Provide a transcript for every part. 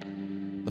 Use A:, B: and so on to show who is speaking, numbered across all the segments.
A: The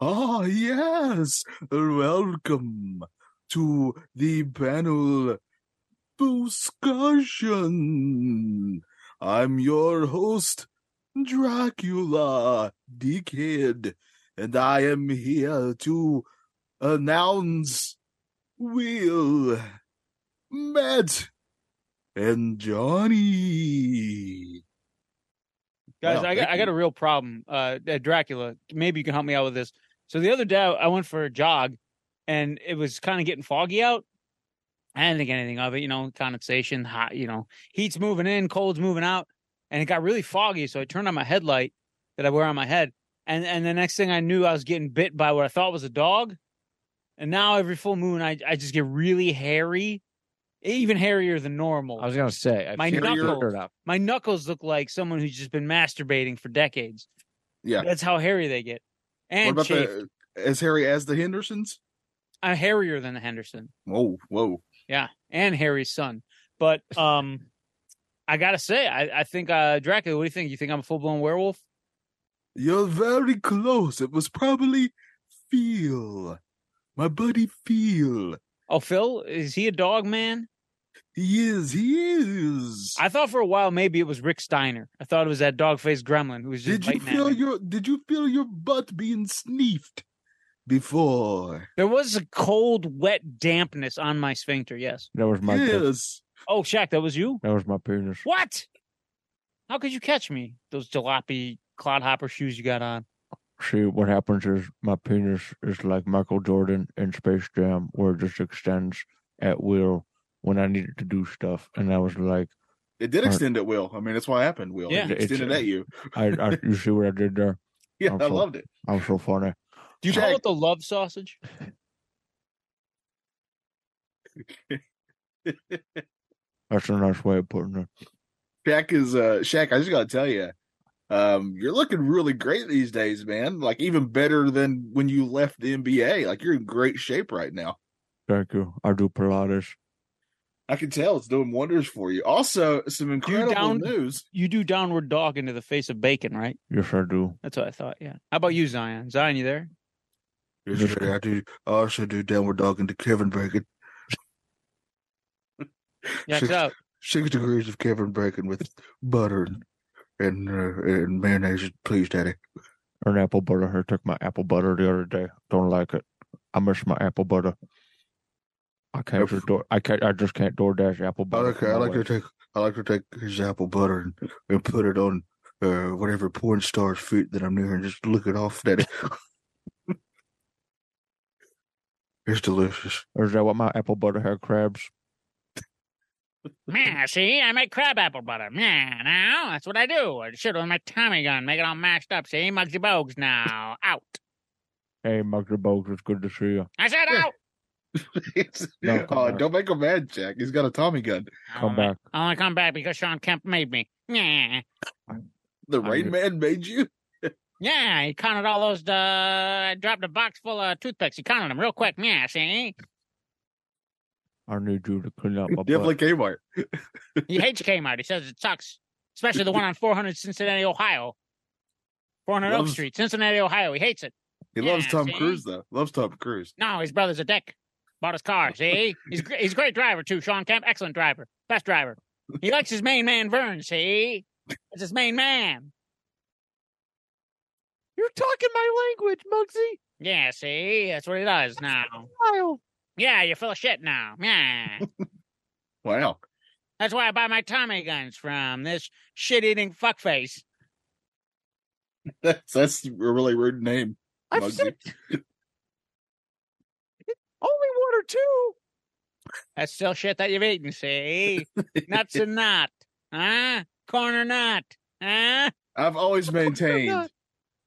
B: Ah, yes. Welcome to the panel discussion. I'm your host, Dracula Dickhead, and I am here to announce Will, Matt, and Johnny.
C: Guys,
B: Wow,
C: I, got,
B: thank
C: I got a real problem. Uh, at Dracula, maybe you can help me out with this. So the other day, I went for a jog, and it was kind of getting foggy out. I didn't think anything of it, you know, condensation, hot, you know, heat's moving in, cold's moving out, and it got really foggy. So I turned on my headlight that I wear on my head, and and the next thing I knew, I was getting bit by what I thought was a dog, and now every full moon, I I just get really hairy, even hairier than normal.
D: I was gonna say I
C: My
D: figured it
C: knuckles.
D: out.
C: my knuckles look like someone who's just been masturbating for decades.
B: Yeah.
C: that's how hairy they get,
B: What
C: and
B: about
C: chafed.
B: the, as hairy as the Hendersons?
C: I'm hairier than the Henderson,
B: Whoa, whoa.
C: yeah, and Harry's son. But um, I gotta say, I, I think uh, Dracula. What do you think? You think I'm a full blown werewolf?
B: You're very close. It was probably Phil. My buddy Phil.
C: Oh, Phil, is he a dog man?
B: He is, he is.
C: I thought for a while maybe it was Rick Steiner. I thought it was that dog faced gremlin who was just
B: did you
C: biting at
B: feel
C: me.
B: your did you feel your butt being sniffed before?
C: There was a cold, wet dampness on my sphincter. Yes.
D: That was my dick.
B: yes.
C: Oh, Shaq, that was you.
D: that was my penis.
C: What? How could you catch me? Those jalopy clodhopper shoes you got on.
D: See what happens is my penis is like Michael Jordan in Space Jam, where it just extends at will when I needed to do stuff, and I was like,
B: It did
D: Or-
B: extend at Will. I mean, that's what happened, Will.
C: Yeah.
B: It extended
D: It's-
B: at you.
D: I, I you see what I did there?
B: Yeah, I
D: I'm sure.
B: loved it.
D: I'm so funny.
C: Do you
B: Shaq.
C: call it the love sausage?
D: That's a nice way of putting it.
B: Shaq is uh Shaq, I just gotta tell you, um, you're looking really great these days, man. Like even better than when you left the NBA. Like you're in great shape right now.
D: Thank you. I do Pilates.
B: I can tell it's doing wonders for you. Also, some incredible
C: down-
B: news.
C: You do downward dog into the face of bacon, right?
D: Yes, I do.
C: That's what I thought. Yeah. How about you, Zion? Zion, you there?
D: Yes,
B: I do. I also do downward dog into Kevin Bacon.
C: Yaks out.
B: Six degrees of Kevin Bacon with butter and and, uh, and mayonnaise, please, Daddy.
D: An apple butter. I took my apple butter the other day. Don't like it. I miss my apple butter. I can't
B: Apple-
D: just door. I can't. I just can't DoorDash apple
B: I
D: butter.
B: like
D: from
B: I
D: my
B: like to
D: wife.
B: take I like to take his apple butter and, and put it on uh, whatever porn star's feet that I'm near and just lick it off, Daddy. it's delicious.
D: Or is that what my apple butter had crabs?
C: Man, see, I make crab apple butter. Man, now that's what I do. I shit with my Tommy gun, make it all mashed up. See, Mugsy Bogues now out.
D: Hey, Mugger Bogues, it's good to see you.
C: I said
B: Yeah.
C: out.
D: No, come
B: Oh,
D: on.
B: don't make him mad, Jack. He's got a Tommy gun.
D: Come back.
C: I only come back because Sean Kemp made me. Yeah.
B: The
D: I
B: Rain
D: knew-
B: Man made you.
C: Yeah, he counted all those. Uh, I dropped a box full of toothpicks. He counted them real quick. Yeah, see,
D: I need you to clean up my
B: Definitely Kmart.
C: he hates Kmart. He says it sucks, especially the one on 400 Cincinnati, Ohio. 400 Oak
B: Loves-
C: Street, Cincinnati, Ohio. He hates it.
B: He loves
C: Yeah,
B: Tom
C: see?
B: Cruise though. Loves Tom Cruise.
C: No, his brother's a dick. Bought his car. See, he's gr- he's a great driver too. Sean Kemp, excellent driver, best driver. He likes his main man Vern. See, that's his main man.
D: You're talking my language, Mugsy.
C: Yeah, see, that's what he does now.
D: Kyle.
C: Yeah, you're full of shit now. Yeah.
B: Wow.
C: That's why I buy my Tommy guns from this shit-eating fuckface.
B: That's that's a really rude name.
D: I've
B: Muggsy.
D: said only one or two.
C: That's still shit that you've eaten, see? Nuts and not. Huh? Corn or not. Huh?
B: I've always maintained,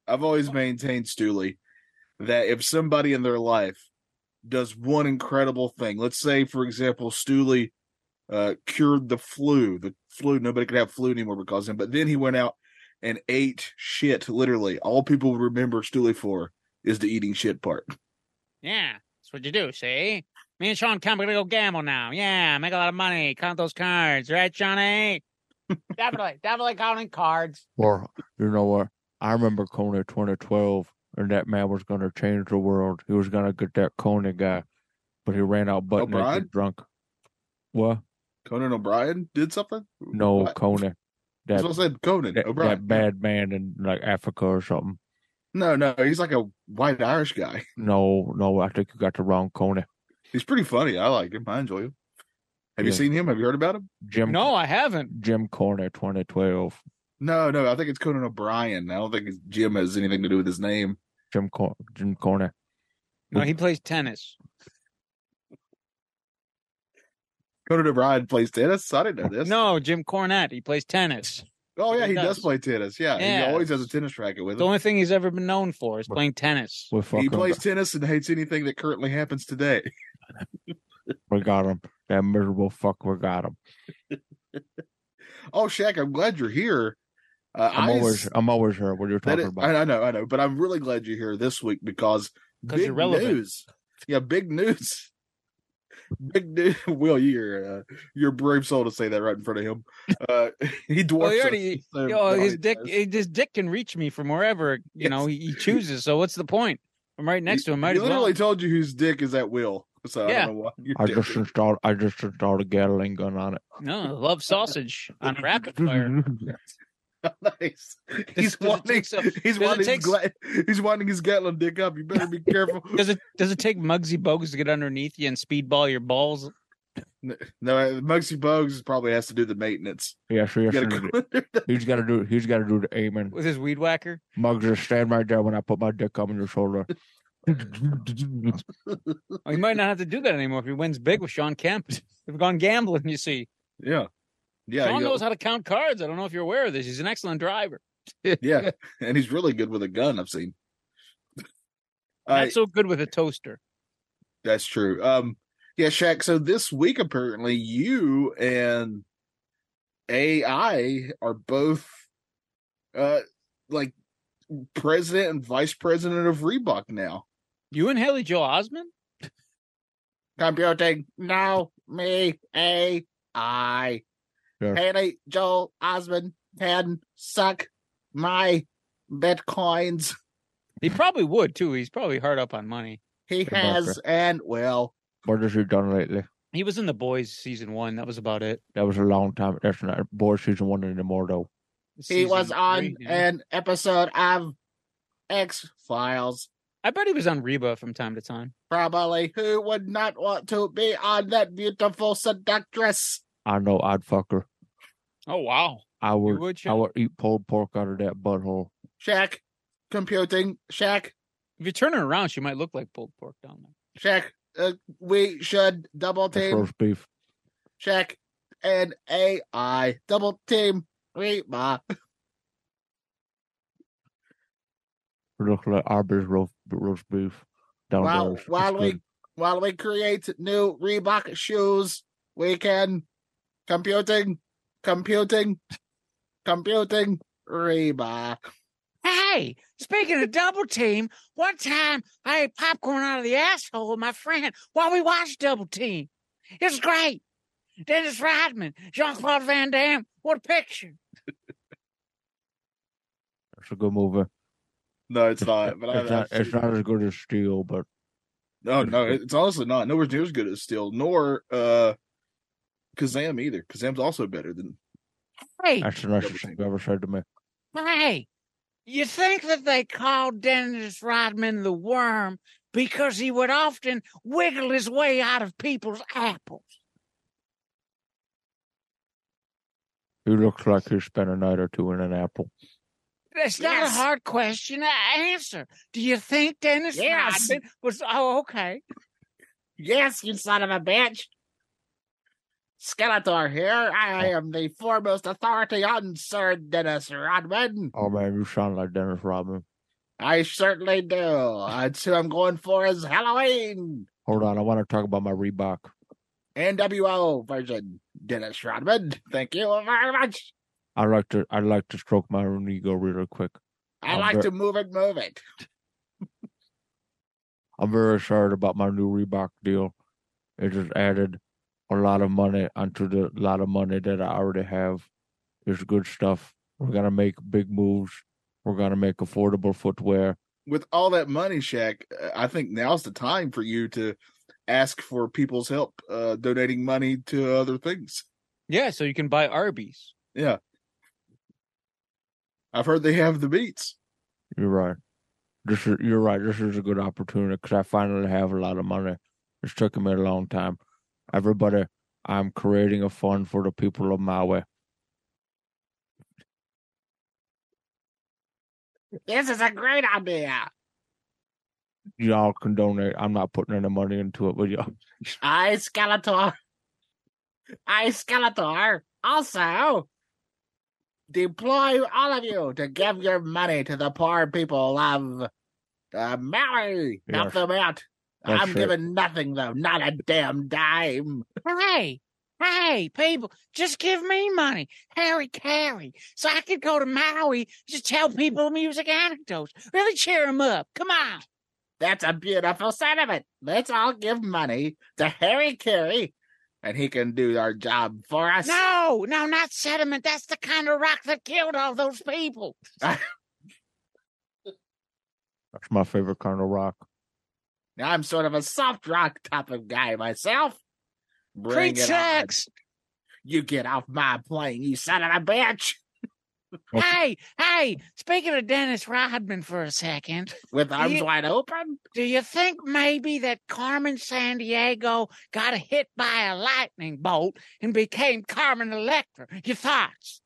B: I've always maintained, Stooley, that if somebody in their life does one incredible thing, let's say, for example, Stooley uh, cured the flu, the flu, nobody could have flu anymore because of him, but then he went out and ate shit, literally. All people remember Stooley for is the eating shit part.
C: Yeah. That's what you do, see? Me and Sean Kemp are gonna go gamble now. Yeah, make a lot of money. Count those cards, right, Johnny? definitely, definitely counting cards.
D: Or you know what? I remember Kona 2012, and that man was going to change the world. He was going to get that Kona guy, but he ran out butt
B: O'Brien?
D: naked drunk. What?
B: Conan O'Brien did something?
D: No,
B: What?
D: Kona.
B: That's
D: That,
B: what I said. Conan
D: that,
B: O'Brien.
D: that bad man in like Africa or something.
B: No, no, he's like a white Irish guy.
D: No, no, I think you got the wrong Kona.
B: He's pretty funny. I like him. I enjoy him. Have you
D: Yeah.
B: seen him? Have you heard about him?
D: Jim.
C: No, I haven't.
D: Jim Corner 2012.
B: No, no. I think it's Conan O'Brien. I don't think it's Jim has anything to do with his name.
D: Jim Cor- Jim Corner.
C: No, he plays tennis.
B: Conan O'Brien plays tennis. I didn't know this.
C: No, Jim Cornette. He plays tennis.
B: Oh yeah,
C: he
B: he does,
C: does.
B: play tennis. Yeah,
C: Yeah.
B: he always has a tennis racket with
C: The
B: him.
C: only thing he's ever been known for is
D: What?
C: playing tennis.
D: We fucking
B: He plays tennis and hates anything that currently happens today.
D: we got him. That miserable fuck, we got him.
B: Oh, Shaq, I'm glad you're here. Uh,
D: I'm
B: I-
D: always, I'm always here. What you're
B: That
D: talking
B: is-
D: about?
B: I, I know, I know, but I'm really glad you're here this week because
C: 'Cause
B: big
C: you're relevant.
B: news. Yeah, big news. Big news. Will, you're uh, you're a brave soul to say that right in front of him. Uh, he dwarfs.
C: Well, he
B: us.
C: already, oh,
B: So,
C: yo,
B: no,
C: his
B: he
C: dick,
B: does.
C: his dick can reach me from wherever you
B: Yes.
C: know he, he chooses. So what's the point? I'm right next to him. Might
B: he
C: as well.
B: literally told you whose dick is at Will. So I
C: Yeah.
B: don't know why. you're
D: I
B: doing
D: just
B: it.
D: installed, I just installed a Gatling gun on it.
C: No, love sausage on rapid fire.
B: nice. He's
C: does it
B: wanting.
C: take some-
B: He's
C: it
B: wanting.
C: take
B: His, gla- he's wanting his Gatlin dick up. You better be careful.
C: Does it does it take Mugsy Bogues to get underneath you and speedball your balls?
B: no, uh, Mugsy Bogues probably has to do the maintenance.
D: yeah, so yes,
B: You gotta go under the-
D: he's got to do, he's got to do the aiming.
C: with his weed whacker.
D: Mugs, just stand right there when I put my dick up on your shoulder.
C: Oh, he might not have to do that anymore if he wins big with Sean Kemp. They've gone gambling, you see.
B: Yeah. Yeah,
C: Sean
B: you know.
C: knows how to count cards. I don't know if you're aware of this. He's an excellent driver.
B: yeah, and he's really good with a gun. I've seen.
C: Not
B: Uh,
C: so good with a toaster.
B: that's true. Um, yeah, Shaq. So this week, apparently, you and AI are both, uh, like president and vice president of Reebok now.
C: You and Haley Joel Osmond?
B: Computing, no, me, A, I,
D: Yeah.
B: Haley, Joel, Osmond, Ten, suck my bitcoins.
C: He probably would too. He's probably hard up on money.
B: He
D: Good
B: has and will.
D: what has he done lately?
C: He was in the boys season one. That was about it.
D: That was a long time. That's not boy season one anymore, though.
B: he was
C: Season
B: on
C: three, yeah.
B: an episode of X Files.
C: I bet he was on Reba from time to time.
B: Probably who would not want to be on that beautiful seductress?
D: I know I'd fuck her.
C: Oh wow.
D: I
C: You
D: would,
C: would
D: I
C: Sean?
D: would eat pulled pork out of that butthole.
B: Shaq, computing, Shaq,
C: If you turn her around, she might look like pulled pork down there.
B: Shaq. Uh, we should double
D: That's
B: team
D: roast beef.
B: Shaq and AI. Double team Reba.
D: It looks like Arby's roast, roast beef. Down
B: While
D: there.
B: while
D: It's
B: we
D: good.
B: while we create new Reebok shoes, we can computing, computing, computing Reebok.
C: Hey, speaking of double team, one time I ate popcorn out of the asshole of my friend while we watched Double Team. It was great. Dennis Rodman, Jean Claude Van Damme, what a picture.
D: It's a good movie.
B: No, it's not. But I,
D: it's, not, it's not as good as Steel, but
B: no, no, it's honestly not. Nowhere near as good as Steel, nor uh Kazam either. Kazam's also better than
C: Hey,
D: that's the nicest thing you ever said to me.
C: hey, you think that they called Dennis Rodman the worm because he would often wiggle his way out of people's apples?
D: He looks like he spent a night or two in an apple.
C: That's not a hard question to answer. Do you think Dennis
B: Yes.
C: Rodman was? Oh, okay.
B: Yes, you son of a bitch.
E: Skeletor here. I
D: Oh.
E: am the foremost authority on Sir Dennis Rodman.
D: Oh man, you sound like Dennis Rodman.
E: I certainly do. That's who I'm going for is Halloween.
D: Hold on, I want to talk about my Reebok.
E: NWO version. Dennis Rodman. Thank you very much.
D: I like to I like to stroke my own ego really quick.
E: I
D: I'm
E: like
D: ver-
E: to move it, move it.
D: I'm very sorry about my new Reebok deal. It just added a lot of money onto the lot of money that I already have. It's good stuff. We're gonna make big moves. We're gonna make affordable footwear.
B: With all that money, Shaq, uh, I think now's the time for you to ask for people's help uh, donating money to other things.
C: Yeah, so you can buy Arby's.
B: Yeah. I've heard they have the beats.
D: You're right. This is you're right. This is a good opportunity because I finally have a lot of money. It's taken me a long time. Everybody, I'm creating a fund for the people of Maui.
E: This is a great idea.
D: Y'all can donate. I'm not putting any money into it, but y'all.
E: I Skeletor. I Skeletor. Also, Oh, deploy all of you to give your money to the poor people of uh, Maui.
D: Yes.
E: Help them out.
D: That's
E: I'm
D: it.
E: giving nothing though, not a damn dime.
F: Hey, hey, people, just give me money, Harry Carey, so I could go to Maui, just tell people music anecdotes, really cheer them up. Come on.
E: That's a beautiful sentiment. Let's all give money to Harry Carey, and he can do our job for us.
F: No, no, not sediment. That's the kind of rock that killed all those people.
D: That's my favorite kind of rock.
E: I'm sort of a soft rock type of guy myself. Bring
F: Preach
E: it on.
F: sex.
E: You get off my plane, you son of a bitch.
D: Okay.
F: Hey, hey, speaking of Dennis Rodman for a second,
E: With arms
F: You-
E: wide open.
F: do you think maybe that Carmen San Diego got hit by a lightning bolt and became Carmen Electra? Your thoughts?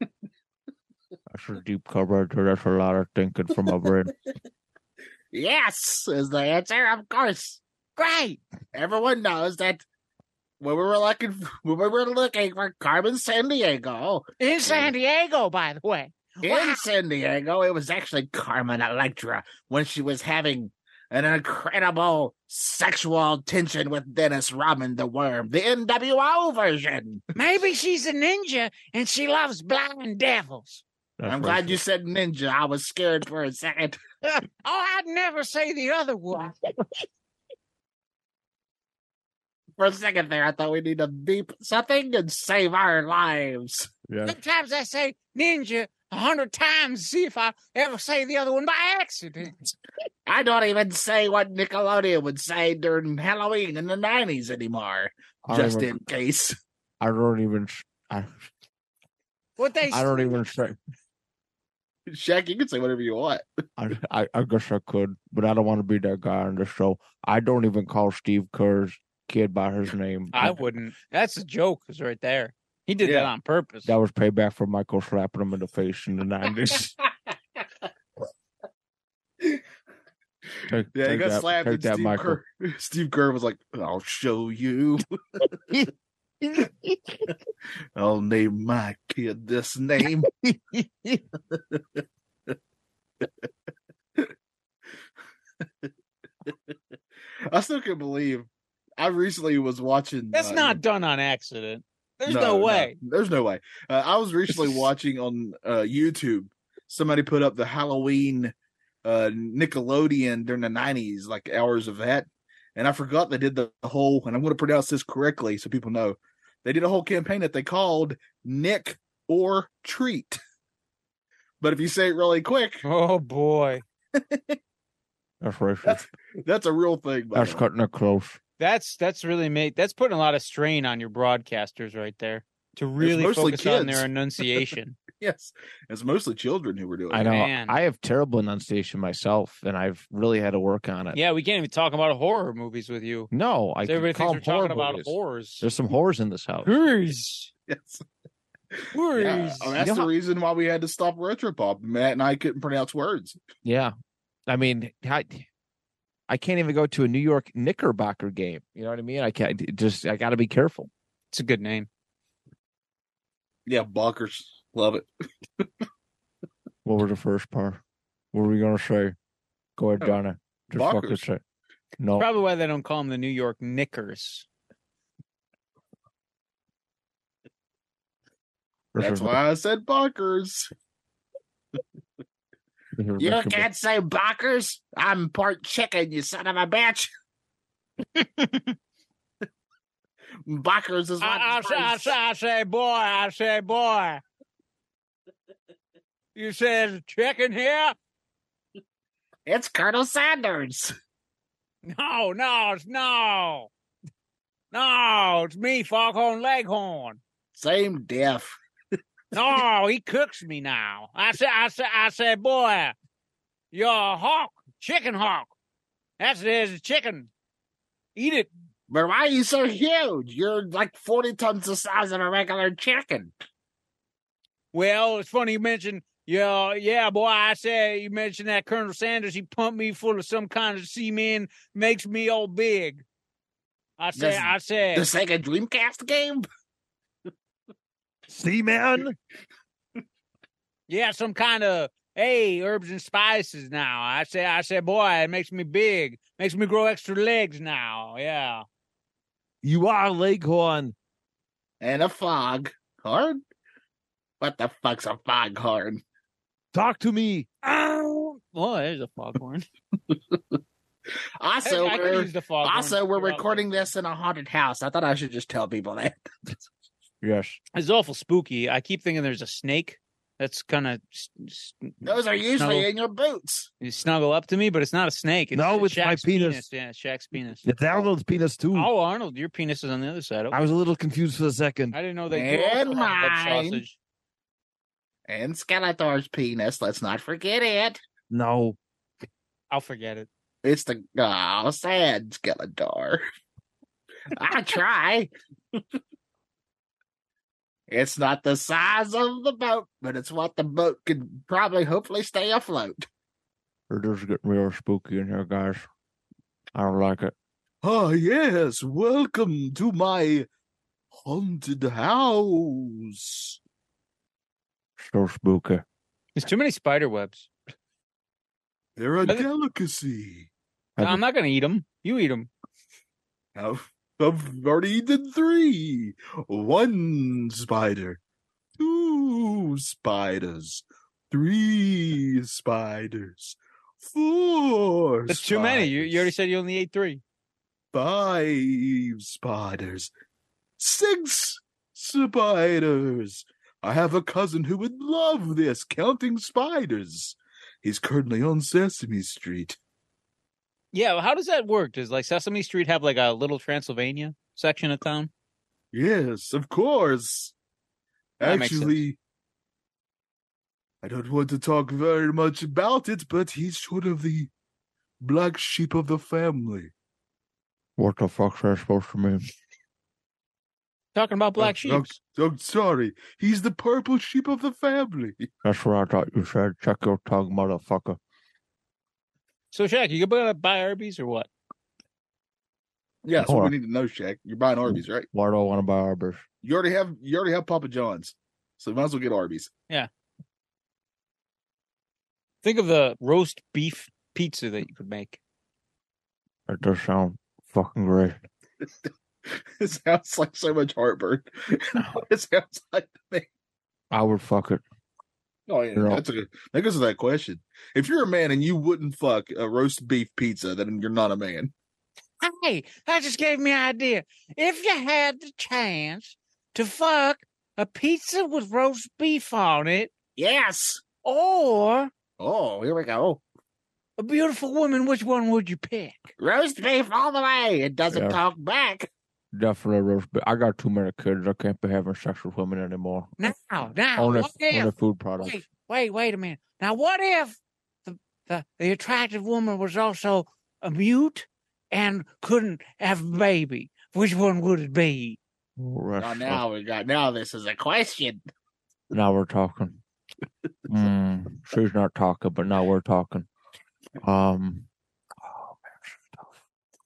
D: That's a deep cover. there. That's a lot of thinking from my brain.
E: Yes, is the answer. Of course,
F: Great.
E: everyone knows that when we were looking, when we were looking for Carmen San Diego
F: In San Diego, by the way.
E: in San Diego, it was actually Carmen Electra when she was having an incredible sexual tension with Dennis Rodman, the Worm, the NWO version.
F: Maybe she's a ninja and she loves blind devils.
D: That's
E: I'm
D: racist.
E: glad you said ninja. I was scared for a second.
F: Oh, I'd never say the other one.
E: For a second there, I thought we need to beep something and save our lives.
D: Yeah,
F: Sometimes I say ninja a hundred times to see if I ever say the other one by accident.
E: I don't even say what Nickelodeon would say during Halloween in the 90s anymore,
D: I don't
E: just
D: even.
E: in case.
D: I don't even. s- I,
F: What they
D: I don't even say.
B: Shaq, you can say whatever you want.
D: I, I I guess I could, but I don't want to be that guy on the show. I don't even call Steve Kerr's kid by his name.
C: I wouldn't. That's a joke, is right there. He did that
B: Yeah.
C: on purpose.
D: That was payback for Michael slapping him in the face in the nineties. take,
B: Yeah, he
D: take
B: got
D: that,
B: slapped.
D: Take
B: And
D: that,
B: Steve,
D: Michael.
B: Kerr, Steve Kerr was like, I'll show you. I'll name my kid this name. I still can't believe I recently was watching.
C: That's
B: uh,
C: not done on accident. There's no,
B: no,
C: way.
B: there's no way. Uh, I was recently watching on uh, YouTube. Somebody put up the Halloween uh, Nickelodeon during the '90s, like hours of that, and I forgot they did the whole. And I'm going to pronounce this correctly so people know. They did a whole campaign that they called Nick or Treat. But if you say it really quick,
C: Oh boy,
D: That's racist.
B: That's- that's a real thing. by
D: That's
B: the way.
D: cutting it close.
C: that's that's really made. That's putting a lot of strain on your broadcasters right there to really
B: mostly
C: focus on
B: kids.
C: their enunciation.
B: yes, it's mostly children who were doing.
G: I
B: it.
G: know.
C: Man.
G: I have terrible enunciation myself, and I've really had to work on it.
C: yeah, we can't even talk about horror movies with you.
G: No, I can
C: Everybody
G: call
C: thinks
G: them
C: we're talking about
G: movies.
C: horrors.
G: There's some whores in this house.
C: Horrors.
B: Yes.
C: Horrors.
B: Yeah. Oh, that's
G: You know
B: the
G: how-
B: reason why we had to stop Retropop. Matt and I couldn't pronounce words.
G: Yeah, I mean, I, I can't even go to a New York Knickerbocker game. You know what I mean? I can't. Just I got to be careful.
C: It's a good name.
B: Yeah, Bunkers. Love it.
D: What was the first part? What were we gonna say? Go
E: Uh,
D: ahead,
B: Oh,
D: Johnny. Just fucking
B: Bunkers.
D: say. No,
C: Probably why they don't call them the New York Knickers.
D: this
B: That's
D: is-
B: why I said Bunkers.
D: this is
E: You
D: Mr.
E: can't say bonkers. I'm part chicken, you son of a bitch. bonkers is what
C: I, I, say, I,
E: birds-
C: say, I say, boy, I say, boy. You said chicken here?
E: It's Colonel Sanders.
C: No, no, it's no. No, it's me, Foghorn Leghorn.
E: Same diff.
C: No, he cooks me now. I say, I say, I say, boy, you're a hawk, chicken hawk. That's there's a chicken. Eat it.
E: But why are you so huge? You're like 40 tons the size of a regular chicken.
C: Well, it's funny you mentioned, yeah, yeah, boy. I say you mentioned that Colonel Sanders. He pumped me full of some kind of semen, makes me all big. I say,
E: Does-
C: I say,
E: This like a Dreamcast game?
D: See, man.
C: yeah, some kind of hey herbs and spices. Now I say, I say, boy, it makes me big, makes me grow extra legs now. Yeah,
H: You are Leghorn.
E: And a fog. Hard? What the fuck's a foghorn?
H: Talk to me.
C: oh, boy, there's a foghorn.
E: Also,
C: I, I could
E: we're,
C: use the foghorn.
E: also, we're
C: throughout
E: recording this in a haunted house. I thought I should just tell people that.
D: Yes.
C: It's awful spooky. I keep thinking there's a snake. That's kind of
E: Those are usually in your boots.
C: you snuggle up to me, but it's not a snake. It's,
H: No, it's my
C: Shaq's
H: penis.
C: Yeah, Shaq's penis.
H: It's Arnold's penis too.
C: Oh, Arnold, your penis is on the other side. Oh,
H: I was a little confused for a second.
C: I didn't know they do also have
E: Never
C: web
E: mind.
C: sausage.
E: And Skeletor's penis. Let's not forget it.
H: No.
C: I'll forget it.
E: It's the oh sad Skeletor. I try. it's not the size of the boat, but it's what the boat could probably hopefully stay afloat.
D: It is getting real spooky in here, guys. I don't like it.
B: Ah, yes. Welcome to my haunted house.
D: So spooky.
C: There's too many spider webs.
B: They're a
C: I think-
B: delicacy.
D: I
C: I'm
D: just-
C: not gonna eat them. You eat them.
B: I've, I've already eaten three. One spider, two spiders, three spiders, four.
C: That's too many. You, you already
B: spiders,
C: said you only ate three.
B: five spiders, six spiders. I have a cousin who would love this counting spiders. He's currently on Sesame Street.
C: Yeah, well, how does that work? Does like Sesame Street have like a little Transylvania section of town?
B: Yes, of course.
C: That makes sense.
B: Actually, I don't want to talk very much about it, but he's sort of the black sheep of the family.
D: What the fuck's that supposed to mean?
C: Talking about black
B: Oh, oh,
C: sheep.
B: Oh, sorry. He's the purple sheep of the family.
D: That's what I thought you said. Check your tongue, motherfucker.
C: So Shaq, you gonna buy Arby's or what?
B: Yeah, so
D: Or-
B: we need to know, Shaq. You're buying Arby's, right?
D: Why do I want to buy Arby's?
B: You already have you already have Papa John's, so you might as well get Arby's.
C: Think of the roast beef pizza that you could make.
D: That does sound fucking great.
B: It sounds like so much heartburn. it sounds like to me.
D: I would fuck it.
B: Oh yeah,
D: No.
B: that's a good. That goes to that question. If you're a man and you wouldn't fuck a roast beef pizza, then you're not a man.
I: Hey, that just gave me an idea. If you had the chance to fuck a pizza with roast beef on it,
E: Yes.
I: or
E: Oh, here we go.
I: a beautiful woman, which one would you pick?
E: Roast beef all the way. It doesn't
D: Yeah.
E: talk back.
D: Definitely roast beef. I got too many kids. I can't be having sex with women anymore.
I: Now, now,
D: Only,
I: what if?
D: only food products.
I: Wait, wait, wait a minute. Now, what if the the, the attractive woman was also a mute and couldn't have a baby? Which one would it be?
D: Oh, that's-
E: Oh, now we got now this is a question.
D: now we're talking. Mm, she's not talking, but now we're talking. Um,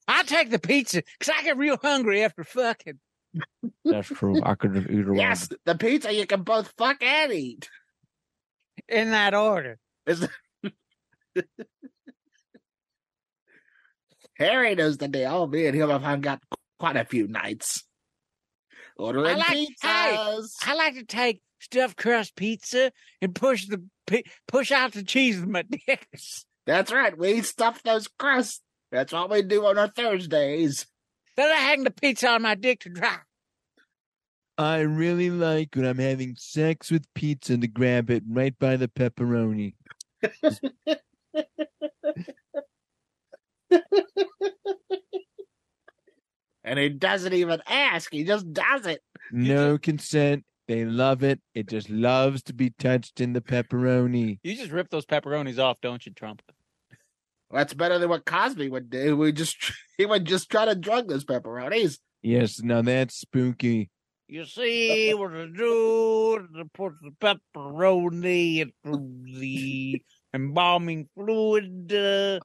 I: I take the pizza because I get real hungry after fucking.
D: That's true. I could just eat around.
E: Yes, the pizza you can both fuck and eat.
I: in that order.
E: Harry knows the deal. Me and him have hung out quite a few nights. Ordering
I: like- hey,
E: pizzas.
I: I like to take stuffed crust pizza and push the pi- push out the cheese with my dick.
E: That's right. We stuff those crusts. That's what we do on our Thursdays.
I: Then I hang the pizza on my dick to dry.
H: I really like when I'm having sex with pizza to grab it right by the pepperoni.
E: And he doesn't even ask. He just does it.
H: No consent. They love it. It just loves to be touched in the pepperoni.
I: You just rip those pepperonis off, don't you, Trump?
E: That's better than what Cosby would do. We just he would just try to drug those pepperonis.
H: Yes, now that's spooky.
I: You see what I do to put the pepperoni into the embalming fluid. Uh,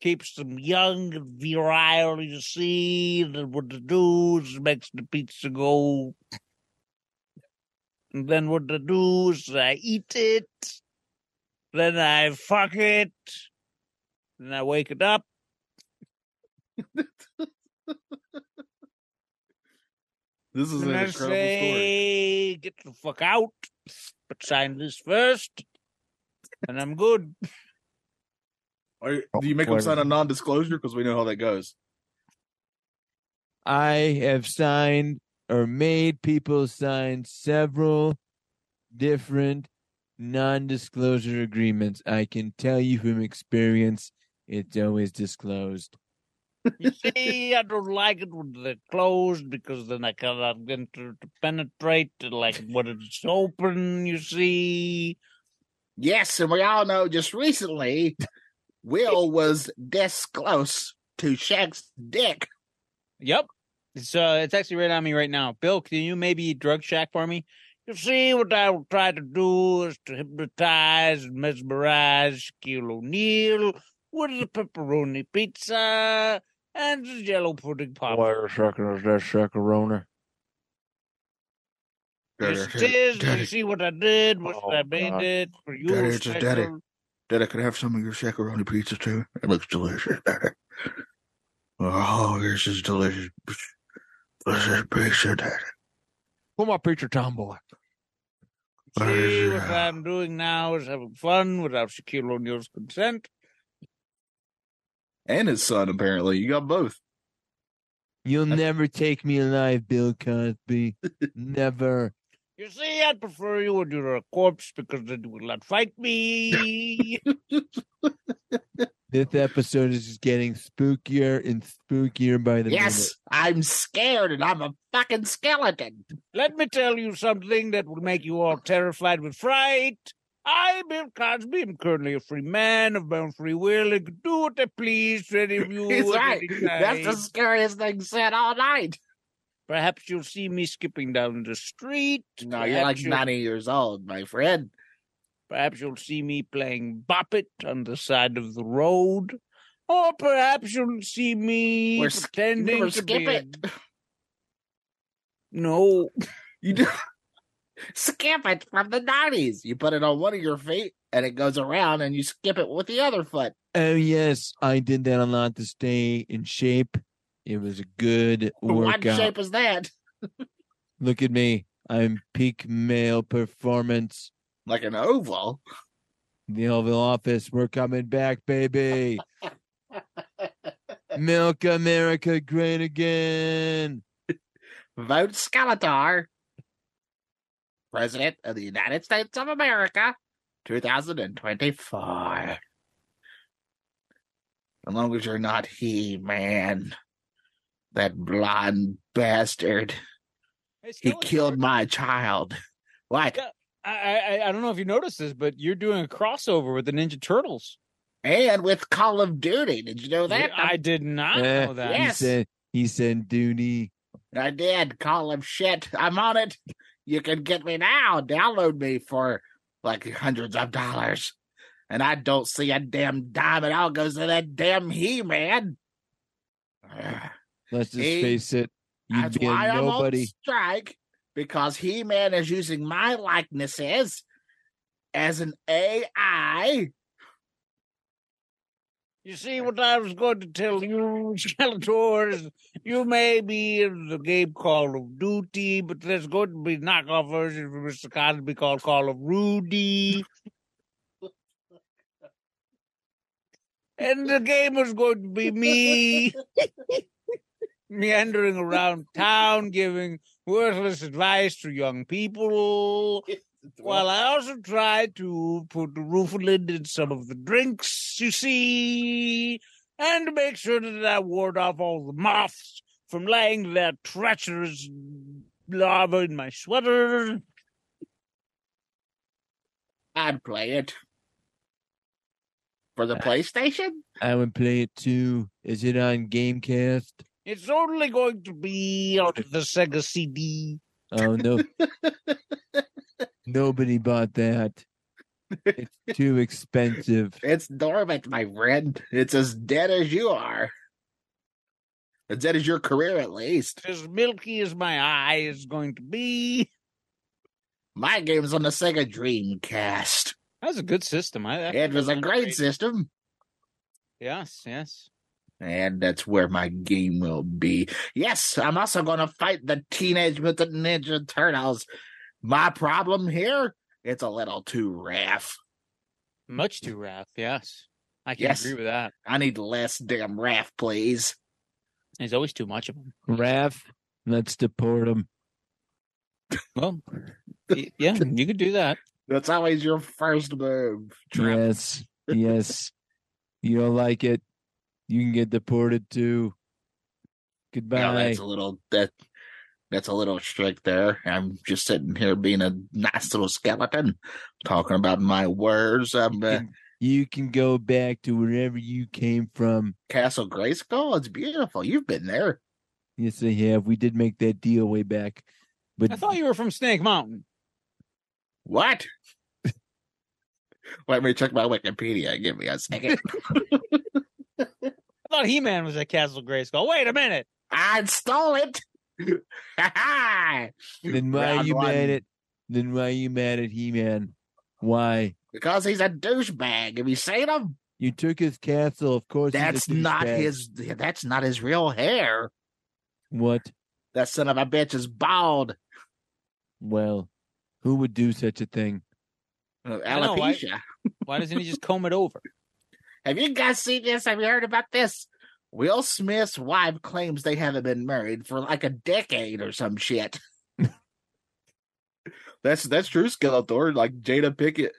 I: keeps them young and virile, you see. And what it do is makes the pizza go. And then what I do is I eat it. Then I fuck it. Then I wake it up.
B: This is an
I: And I
B: incredible story.
I: say, get the fuck out, but sign this first, and I'm good.
B: Are, you- do you make them sign a non-disclosure because we know how that goes?
H: I have signed or made people sign several different non disclosure agreements. I can tell you from experience, it's always disclosed.
I: You see, I don't like it when they're closed because then I cannot get to, to penetrate to like when it's open. You see,
E: Yes, and we all know just recently Will was this close to Shaq's dick.
I: yep. It's uh, it's actually right on me right now. Bill, can you maybe drug shack for me? You see, what I will try to do is to hypnotize and mesmerize Shaquille O'Neal with the pepperoni pizza and the jello pudding pop.
D: Wait a second, is that Shakarona?
I: Yes, it
B: Daddy,
I: is.
B: daddy.
I: You see what I did? What
D: Oh,
I: I made
D: God.
I: it for you.
B: Uh-huh. Daddy, it's a
I: special.
B: daddy. Daddy, could I have some of your shakaroni pizza too? It looks delicious, Daddy. Oh, this is delicious. This is pizza, Daddy.
D: Put my picture, Oh, tomboy.
I: See what
B: Yeah.
I: I'm doing now is having fun without Shaquille O'Neal's consent.
B: And his son, apparently. You got both.
H: You'll never take me alive, Bill Cosby. never.
I: You see, I'd prefer you when you're a corpse because then you will not fight me.
H: This episode is just getting spookier and spookier by the
E: Yes, I'm scared and I'm a fucking skeleton.
I: Let me tell you something that will make you all terrified with fright. I, Bill Cosby, am currently a free man of my own free will and can do what I please to any of you.
E: He's
I: at
E: right.
I: any
E: That's the
I: time.
E: scariest thing said all night.
I: Perhaps you'll see me skipping down the street.
E: No, you're like
I: Perhaps you'll-
E: 90 years old, my friend.
I: Perhaps you'll see me playing Bop It on the side of the road. Or perhaps you'll see me
E: Or sk-
I: pretending
E: or
I: to be
E: skip
I: a-
E: it.
I: No.
E: You do skip it from the 90s. You put it on one of your feet and it goes around and you skip it with the other foot.
H: minute. Oh, yes. I did that a lot to stay in shape. It was a good
E: What
H: workout.
E: shape is that?
H: Look at me. I'm peak male performance.
E: Like an oval.
H: The Oval Office, we're coming back, baby. Milk America great again.
E: Vote Skeletor. President of the United States of America, 2024. As long as you're not he, man. That blonde bastard. He killed my child. What?
I: Yeah. I, I I don't know if you noticed this, but you're doing a crossover with the Ninja Turtles.
E: And with Call of Duty. Did you know that?
I: I did not
H: Eh,
I: know that.
H: He
E: Yes.
H: said he said duty.
E: I did call him shit. I'm on it. You can get me now. Download me for like hundreds of dollars. And I don't see a damn dime. It all goes to that damn He Man.
H: Let's just
E: Hey,
H: face it. You'd
E: That's
H: be
E: why
H: a
E: I'm on
H: nobody.
E: strike because He Man is using my likenesses as an AI.
I: You see what I was going to tell you, Skeletor, is you may be in the game Call of Duty, but there's going to be knockoff version for Mr. Cosby called Call of Rudy. and the game is going to be me meandering around town giving worthless advice to young people. Well, I also try to put Rufalin in some of the drinks, you see, and to make sure that I ward off all the moths from laying their treacherous larvae in my sweater.
E: I'd play it for the PlayStation.
H: I would play it too. Is it on Gamecast?
I: It's only going to be on the Sega CD.
H: Oh no. Nobody bought that. It's too expensive.
E: It's dormant, my friend. It's as dead as you are. As dead as your career, at least.
I: As milky as my eye is going to be.
E: My game's on the Sega Dreamcast.
C: That was a good system. I, that-
E: It was a
C: that's
E: great system.
C: Yes, yes.
E: And that's where my game will be. Yes, I'm also going to fight the Teenage Mutant Ninja Turtles. My problem here, it's a little too rough.
C: Much too rough. Yes. I can
E: Yes.
C: agree with that.
E: I need less damn raff, please.
C: There's always too much of them.
H: Raph, let's deport him.
C: Well, y- yeah, you could do that.
E: That's always your first move. Trip.
H: Yes. Yes. you don't like it. You can get deported too.
E: Yeah,
H: Goodbye.
E: that's a little that that's a little strict there. I'm just sitting here being a nice little skeleton, talking about my words. I'm
H: you,
E: uh,
H: can, you can go back to wherever you came from.
E: Castle Grayskull. It's beautiful. You've been there.
H: Yes, they have. We did make that deal way back. But
C: I thought you were from Snake Mountain.
E: What? Let me check my Wikipedia. Give me a second.
C: I thought He Man was at Castle Grayskull. Wait a minute.
E: I stole it.
H: then why are
E: Round
H: you
E: one.
H: mad at then why are you mad at He Man? Why?
E: Because he's a douchebag. Have you seen him?
H: You took his castle, of course. he's a
E: That's not
H: douchebag.
E: his. That's not his real hair.
H: What?
E: That son of a bitch is bald.
H: Well, who would do such a thing?
E: Uh,
C: know, why-
E: Alopecia.
C: Why doesn't he just comb it over?
E: Have you guys seen this? Have you heard about this? Will Smith's wife claims they haven't been married for like a decade or some shit.
B: That's that's true, Skeletor. Like Jada Pickett,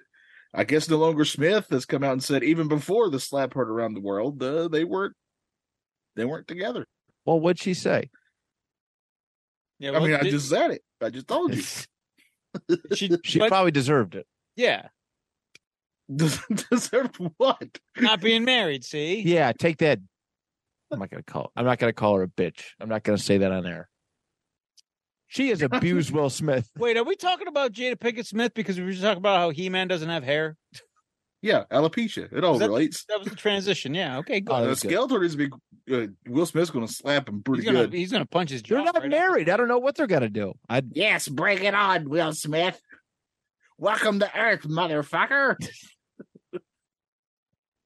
B: I guess no longer Smith has come out and said even before the slap heard around the world, uh, they weren't they weren't together.
D: Well, what'd she say?
C: Yeah,
B: I
C: well,
B: mean, I
C: did-
B: just said it. I just told you.
C: she,
D: She
C: but-
D: probably deserved it.
C: yeah,
B: Deserved what?
C: not being married. See,
D: Yeah, take that. I'm not gonna call. I'm not gonna call her a bitch. I'm not gonna say that on air. She has abused Will Smith.
C: Wait, are we talking about Jada Pickett Smith because we were talking about how He Man doesn't have hair?
B: Yeah, alopecia. It all
C: Is that-
B: relates.
C: That was the transition. Yeah. Okay. Good.
D: Oh, that
B: Uh,
D: was good.
B: Skeletor is a big. Uh, Will Smith's going to slap him pretty
C: he's gonna
B: good.
C: he's gonna punch his jaw.
D: They're not
C: right out.
D: married. I don't know what they're gonna do. I
E: Yes, bring it on, Will Smith. Welcome to Earth, motherfucker.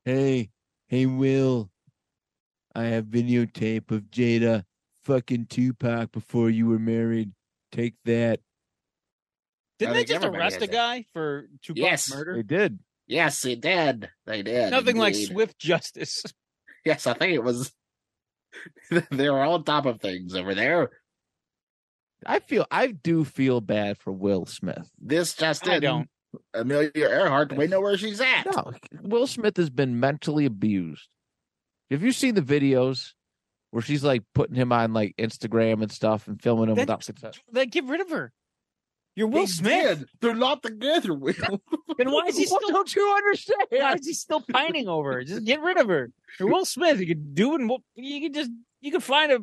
H: Hey, hey, Will. I have videotape of Jada fucking Tupac before you were married. Take that.
C: Didn't
B: I
C: they
B: think
C: just
B: everybody
C: arrest
B: has it.
C: a guy for Tupac's
E: Yes.
C: murder?
D: they did.
E: Yes, he did. They did.
C: Nothing like
E: indeed.
C: swift justice.
E: Yes, I think it was. they were on top of things over there.
D: I feel. I do feel bad for Will Smith.
E: This just
C: I
E: didn't.
C: don't.
E: Amelia Earhart, we know where she's at.
D: No, Will Smith has been mentally abused. Have you seen the videos where she's like putting him on like Instagram and stuff and filming him
C: That-
D: without consent?
C: They get rid of her. You're Will
B: They
C: Smith.
B: did. They're not together. Will.
C: Then why is he
D: What
C: still
D: don't you understand?
C: why is he still pining over her? Just get rid of her. You're Will Smith. You could do it. and we'll- You could just you could find a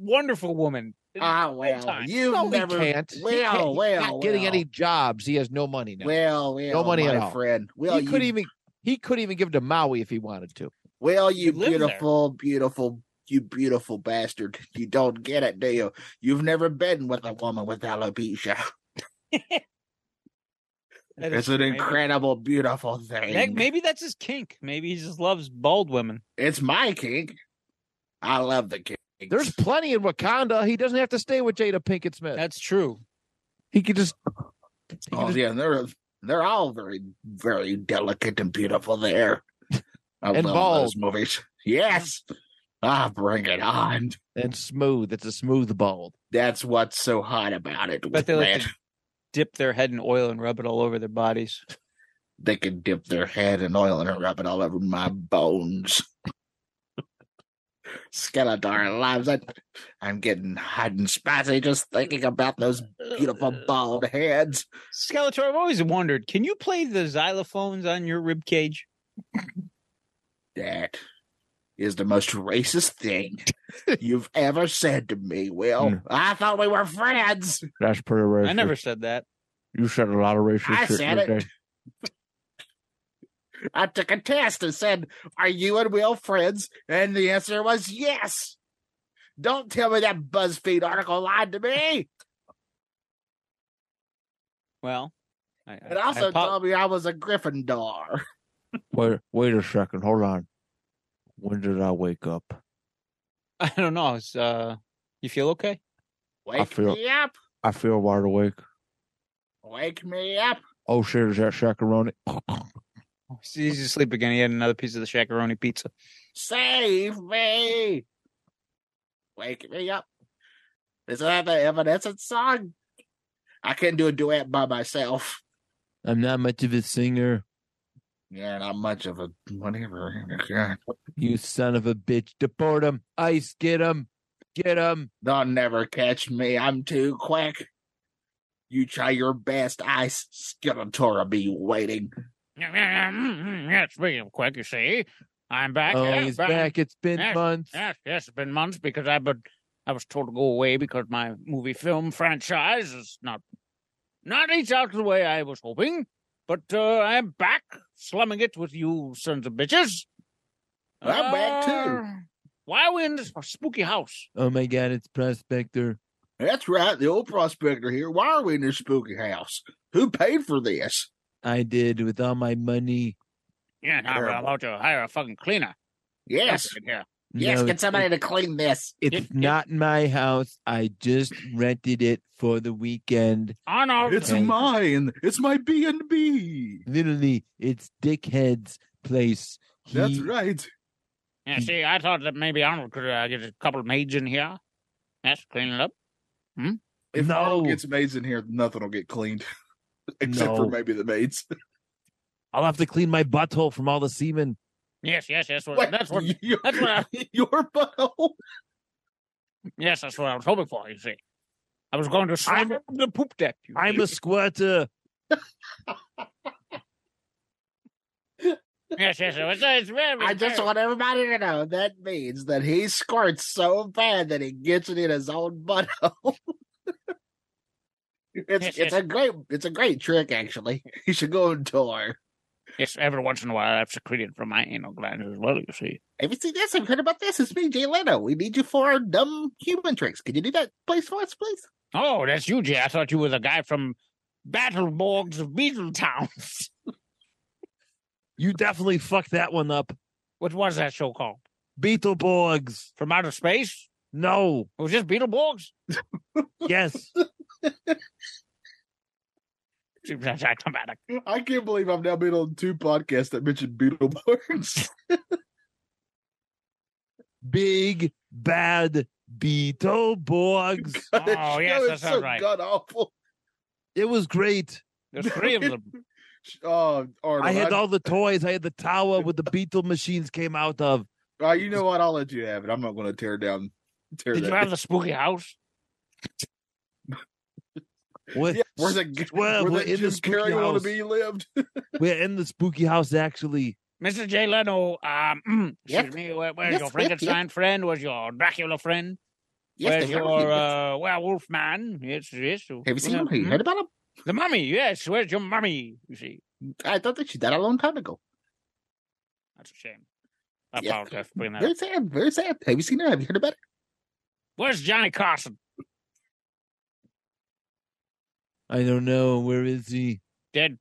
C: wonderful woman.
E: Ah, well,
C: time.
E: you've
D: No,
E: never.
D: he can't. He
E: Well,
D: can't. He's
E: well,
D: not getting
E: well.
D: any jobs. He has no money now.
E: Well, well,
D: money
E: my
D: at all.
E: friend. Well,
D: he
E: you
D: could even he could even give to Maui if he wanted to.
E: Well, you
C: live there.
E: beautiful, beautiful You beautiful bastard. You don't get it, do you? You've never been with a woman with alopecia.
C: That is
B: It's an
C: true.
E: Incredible, beautiful
C: Maybe, that-
E: thing.
C: maybe that's his kink. Maybe he just loves bald women.
E: It's my kink. I love the kink.
G: There's plenty in Wakanda. He doesn't have to stay with Jada Pinkett Smith.
C: That's true.
G: he could just
E: Oh yeah, they're they're all very very delicate and beautiful there. I
G: And
E: love
G: bald.
E: those movies. Yes. Ah, bring it on.
G: and smooth. It's a smooth bald.
E: That's what's so hot about it.
C: But they like
E: man.
C: to dip their head in oil and rub it all over their bodies.
E: they can dip their head in oil and rub it all over my bones. Skeletor loves it. I'm getting hot and spicy just thinking about those beautiful bald heads.
C: Skeletor, I've always wondered, can you play the xylophones on your rib cage?
E: That is the most racist thing you've ever said to me, Will.
D: Hmm.
E: I thought we were friends.
D: That's pretty racist.
C: I never said that.
D: You said a lot of racist
E: I
D: shit.
E: said
D: that
E: it.
D: day.
E: I took a test and said, Are you and Will friends? And the answer was yes. Don't tell me that BuzzFeed article lied to me.
C: Well, I,
E: It
C: I- I
E: also
C: apo-
E: told me I was a Gryffindor.
D: Wait, wait a second. Hold on. When did I wake up?
C: I don't know. It's, uh, you feel okay?
E: Wake
D: feel-
E: me up.
D: I feel wide awake.
E: Wake me up.
D: Oh shit! Is that shakaroni?
C: See, he's asleep again. He had another piece of the shakaroni pizza.
E: Save me. Wake me up. Isn't that the Evanescence song? I couldn't do a duet by myself.
H: I'm not much of a singer.
E: Yeah, not much of a whatever. Yeah.
H: You son of a bitch. Deport him. Ice, get him. Get him.
E: They'll never catch me. I'm too quick. You try your best, Ice Skeletor will be waiting.
I: yes, speaking of quick, you see, I'm back.
H: Oh,
I: Yeah,
H: he's back. It's been
I: Yeah.
H: months.
I: Yes, yes, it's been months because I've been, I was told to go away because my movie film franchise is not, not each out the way I was hoping. But uh, I'm back, slumming it with you sons of bitches. Ah,
E: I'm back, too.
I: Why are we in this spooky house?
H: Oh my god, it's Prospector.
B: That's right, the old prospector here. Why are we in this spooky house? Who paid for this?
H: I did with all my money.
I: Yeah, now we're
E: Terrible.
I: about to hire a fucking cleaner.
E: Yes,
I: Up in here.
E: yes,
H: No,
E: get somebody to clean this.
H: It's
I: It- it-
H: not my house. I just rented it for the weekend.
I: On our
B: It's
H: Okay.
B: mine. It's my B and B.
H: Literally, it's Dickhead's place. He,
B: That's right.
I: Yeah, see, I thought that maybe Arnold could uh, get a couple of maids in here. Yes, clean it up.
B: If no
H: No.
B: one gets maids in here, nothing will get cleaned, except for
H: No.
B: maybe the maids.
H: I'll have to clean my butthole from all the semen.
I: Yes, yes, yes. Well,
B: Wait,
I: that's what.
B: your,
I: That's what. I,
B: your butthole.
I: yes, that's what I was hoping for. You see, I was going to slam it on the poop deck. you
H: I'm a
I: see.
H: squirter.
I: Yes, yes. It's, it's very.
E: I just
I: very-
E: want everybody to know that means that he squirts so bad that he gets it in his own butthole. it's it's a great it's a great trick actually. You should go on tour.
I: Yes, every once in a while, I've secreted from my anal gland as well. You see.
E: Have you seen this? Have you heard about this? It's me, Jay Leno. We need you for our dumb human tricks. Could you do that place for us, please?
I: Oh, that's you, Jay. I thought you were the guy from Battleborgs of Beatletowns.
H: You definitely fucked that one up.
I: what was that show called?
H: Beetleborgs.
I: From outer space?
H: No.
I: It was just Beetleborgs.
H: Yes.
I: Anticlimactic.
B: I can't believe I've now been on two podcasts that mentioned Beetleborgs.
H: Big bad Beetleborgs.
I: Oh, yes, that
B: that's
I: sounds
B: so
I: right.
B: god awful.
H: It was great.
I: There's three of them.
B: Oh, Arnold,
H: I
B: I
H: had all the toys. I had the tower with the Beetle machines came out of.
B: uh, you know what? I'll let you have it. I'm not going to tear down. Tear
I: Did
B: that
I: you
B: down.
I: have the spooky house?
H: With,
B: Yeah, where that,
H: Swear,
B: where
H: we're
B: that
H: in the
B: Jim
H: spooky
B: Carrey
H: house.
B: wannabe lived?
H: We're in the spooky house, actually.
I: Mr. Jay Leno, um,
E: Yes.
I: excuse me, where, where's
E: Yes,
I: your
E: yes,
I: Frankenstein friend? Where's your Dracula friend?
E: Yes,
I: where's
E: they are.
I: your uh, werewolf man? Yes, yes.
E: Have you seen him? Have you
I: Mm.
E: heard about him?
I: The mummy, yes. Where's your mummy? You see,
E: I thought that she died a long time ago.
I: that's a shame.
C: I
E: Yeah.
C: apologize for bringing that up.
E: Where's that? Where's that? Have you seen it? Have you heard about it?
C: Where's Johnny Carson?
H: I don't know. Where is he?
C: Dead.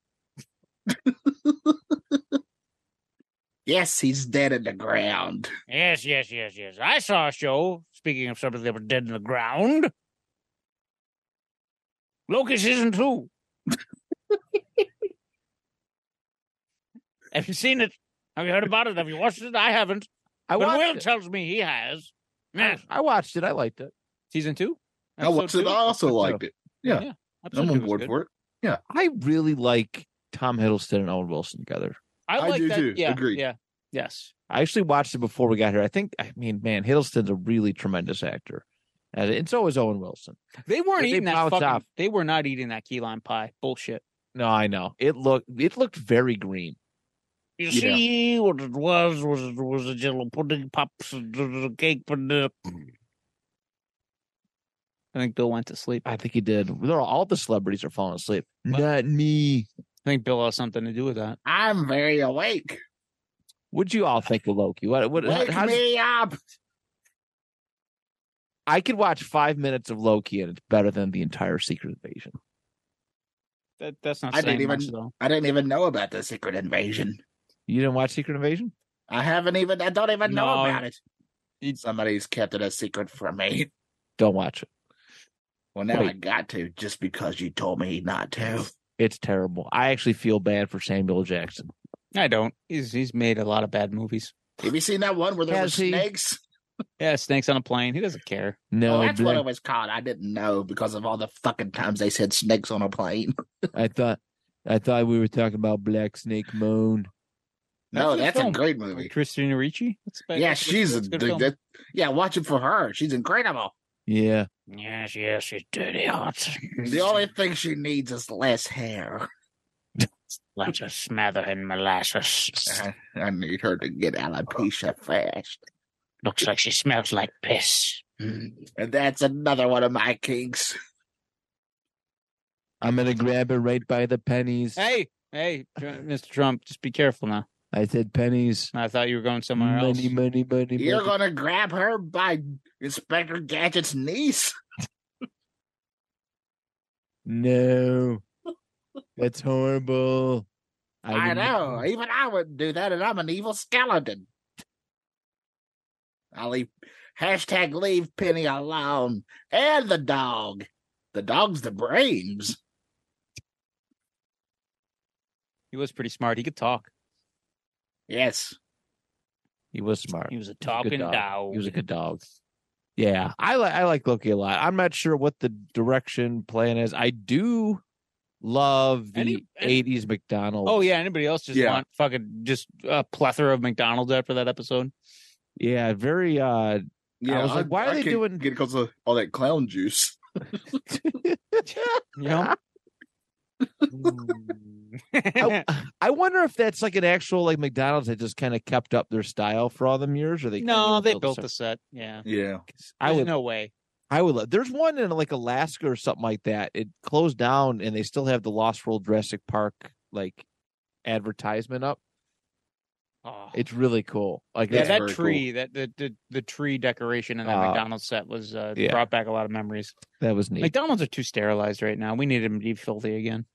E: Yes, he's dead in the ground.
C: Yes, yes, yes, yes. I saw a show. Speaking of something that was dead in the ground, Locust Season 2. Have you seen it? Have you heard about it? Have you watched it? I haven't.
G: I
C: but Will
G: watched it.
C: tells me he has. Yes.
G: I watched it. I liked it.
C: Season 2?
B: I watched it. I also liked it. Yeah,
C: Yeah,
B: I'm on board for it.
G: I really like Tom Hiddleston and Owen Wilson together.
C: I,
B: I
C: like
B: do
C: that.
B: too.
C: Yeah,
B: Agreed.
C: Yeah. Yes.
G: I actually watched it before we got here. I think, I mean, man, Hiddleston's a really tremendous actor. And and so is Owen Wilson.
C: They weren't
G: They
C: eating that
G: bounce
C: fucking.
G: off.
C: They were not eating that key lime pie. Bullshit.
G: No, I know. It looked it looked very green.
I: You
B: Yeah.
I: see, what it was was it was a jello pudding pops, and it was a cake, but uh,
C: I think Bill went to sleep.
G: I think he did. They're all, all the celebrities are falling asleep. Not me.
C: I think Bill has something to do with that.
E: I'm very awake.
G: What'd you all think of Loki? What what
E: Wake
G: how- how's-
E: me up.
G: I could watch five minutes of Loki and it's better than the entire Secret Invasion.
C: that that's not
E: I
C: saying
E: didn't
C: much,
E: even-
C: though.
E: I didn't even know about the secret invasion.
G: You didn't watch Secret Invasion?
E: I haven't even. I don't even know
C: No.
E: about it. Somebody's kept it a secret from me.
G: Don't watch it.
E: Well, now I
G: Wait.
E: got to just because you told me not to.
G: It's terrible. I actually feel bad for Samuel L. Jackson.
C: I don't. He's he's made a lot of bad movies.
E: Have you seen that one where there were
G: Has he?
E: snakes?
C: Yeah, snakes on a plane. He doesn't care.
G: No,
E: oh, that's
G: Black-
E: what it was called. I didn't know because of all the fucking times they said snakes on a plane.
H: I thought, I thought we were talking about Black Snake Moan.
E: No,
C: That's
E: that's,
C: a
E: a
C: film.
E: great movie.
C: Christina Ricci. That's about-
E: yeah,
C: that's a good-
E: she's a,
C: that's a good
E: dude,
C: film.
E: that, yeah. Watch it for her. She's incredible.
H: Yeah,
I: yes, yes, it's dirty hot.
E: The only thing she needs is less hair.
I: Lots of smother and molasses.
E: I, I need her to get alopecia fast.
I: Looks like she smells like piss.
E: Mm. And that's another one of my kinks.
H: I'm gonna grab her right by the pennies.
C: Hey, hey, Tr- Mr. Trump, just be careful now.
H: I said pennies.
C: I thought you were going somewhere else.
H: Money, money, money, money.
E: You're gonna grab her by Inspector Gadget's niece.
H: No, that's horrible.
E: I,
H: wouldn't-
E: know. Even I wouldn't do that, and I'm an evil skeleton. I leave hashtag leave Penny alone and the dog. The dog's the brains.
C: He was pretty smart. He could talk.
E: Yes.
G: He was smart.
I: He was a
G: a good
I: talking
G: dog.
I: dog.
G: He was a good dog. Yeah, I like I like Loki a lot. I'm not sure what the direction plan is. I do love the
C: Any- any-
G: 80s McDonald's.
C: Oh yeah. Anybody else just
B: Yeah.
C: want fucking just a plethora of McDonald's after that episode?
G: yeah, very uh
B: Yeah,
G: was like, why are they
B: can't
G: doing-
B: get because of all that clown juice?
C: You know.
G: I, I wonder if that's like an actual like McDonald's that just kind of kept up their style for all them years or they
C: no, they
G: kinda
C: built the
G: this-
C: set. Yeah.
B: Yeah,
G: I
C: There's
G: would
C: no way.
G: I would love. There's one in like Alaska or something like that. It closed down, and they still have the Lost World Jurassic Park like advertisement up.
C: Oh.
G: It's really cool. Like
C: yeah,
B: That's
G: that's-
C: that
B: very
C: tree, that the, the the tree decoration in that
G: Uh,
C: McDonald's set was uh,
G: yeah.
C: brought back a lot of memories.
G: that was neat.
C: McDonald's are too sterilized right now. We need them to be filthy again.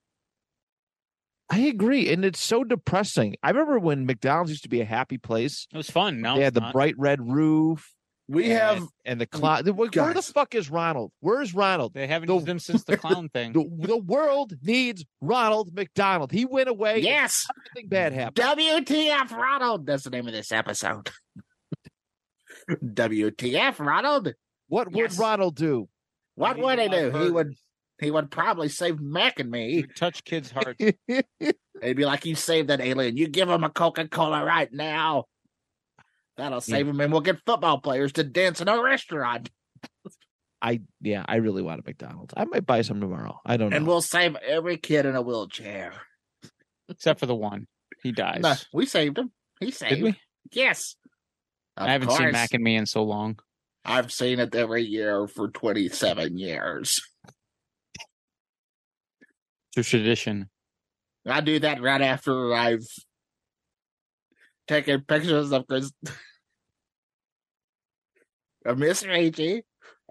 G: I agree, and it's so depressing. I remember when McDonald's used to be a happy place.
C: It was fun. No,
G: they
C: it's
G: had the
C: not.
G: bright red roof.
B: we
G: and-
B: have
G: and the clock. Where the
B: guys.
G: fuck is Ronald? Where's Ronald?
C: They haven't
G: the-
C: used them since the clown thing.
G: The, the world needs Ronald McDonald. He went away. and
E: Yes.
G: nothing bad happened.
E: WTF Ronald. That's the name of this episode. WTF Ronald.
G: What
E: Yes.
G: would Ronald do?
E: What
C: He
E: would he
C: would
E: do?
C: love
E: He would he would probably save Mac and me.
C: You touch kids' hearts.
E: It'd be like, you saved that alien. You give him a Coca Cola right now. That'll save him, and we'll get football players to dance in a restaurant,
G: I yeah, I really want a McDonald's. I might buy some tomorrow. I don't know.
E: and we'll save every kid in a wheelchair.
C: except for the one. He dies.
E: No, we saved him. He saved.
C: Did we?
E: Yes. Of
C: I haven't seen
E: course.
C: Mac and Me in so long.
E: I've seen it every year for twenty-seven years.
C: It's a tradition.
E: I do that right after I've taken pictures of Chris of Miss Ragey,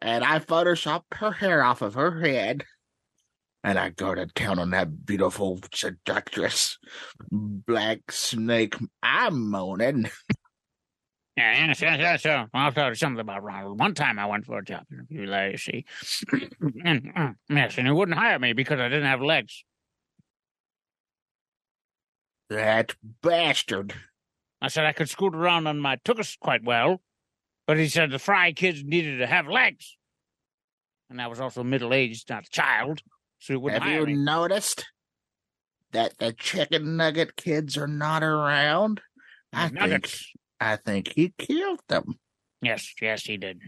E: and I Photoshop her hair off of her head. And I go to town on that beautiful seductress black snake. I'm moaning.
C: Yeah, yes, yes, yes, sure. I'll tell you something about Ronald. One time I went for a job interview, like, you see, and uh, yes, and he wouldn't hire me because I didn't have legs.
E: That bastard.
C: I said I could scoot around on my tuchus quite well, but he said the Fry kids needed to have legs, and I was also middle aged, not a child, so he wouldn't
E: Have
C: hire
E: you
C: me.
E: noticed that the chicken nugget kids are not around? I think
C: Nuggets.
E: I think he killed them.
C: Yes, yes, he did.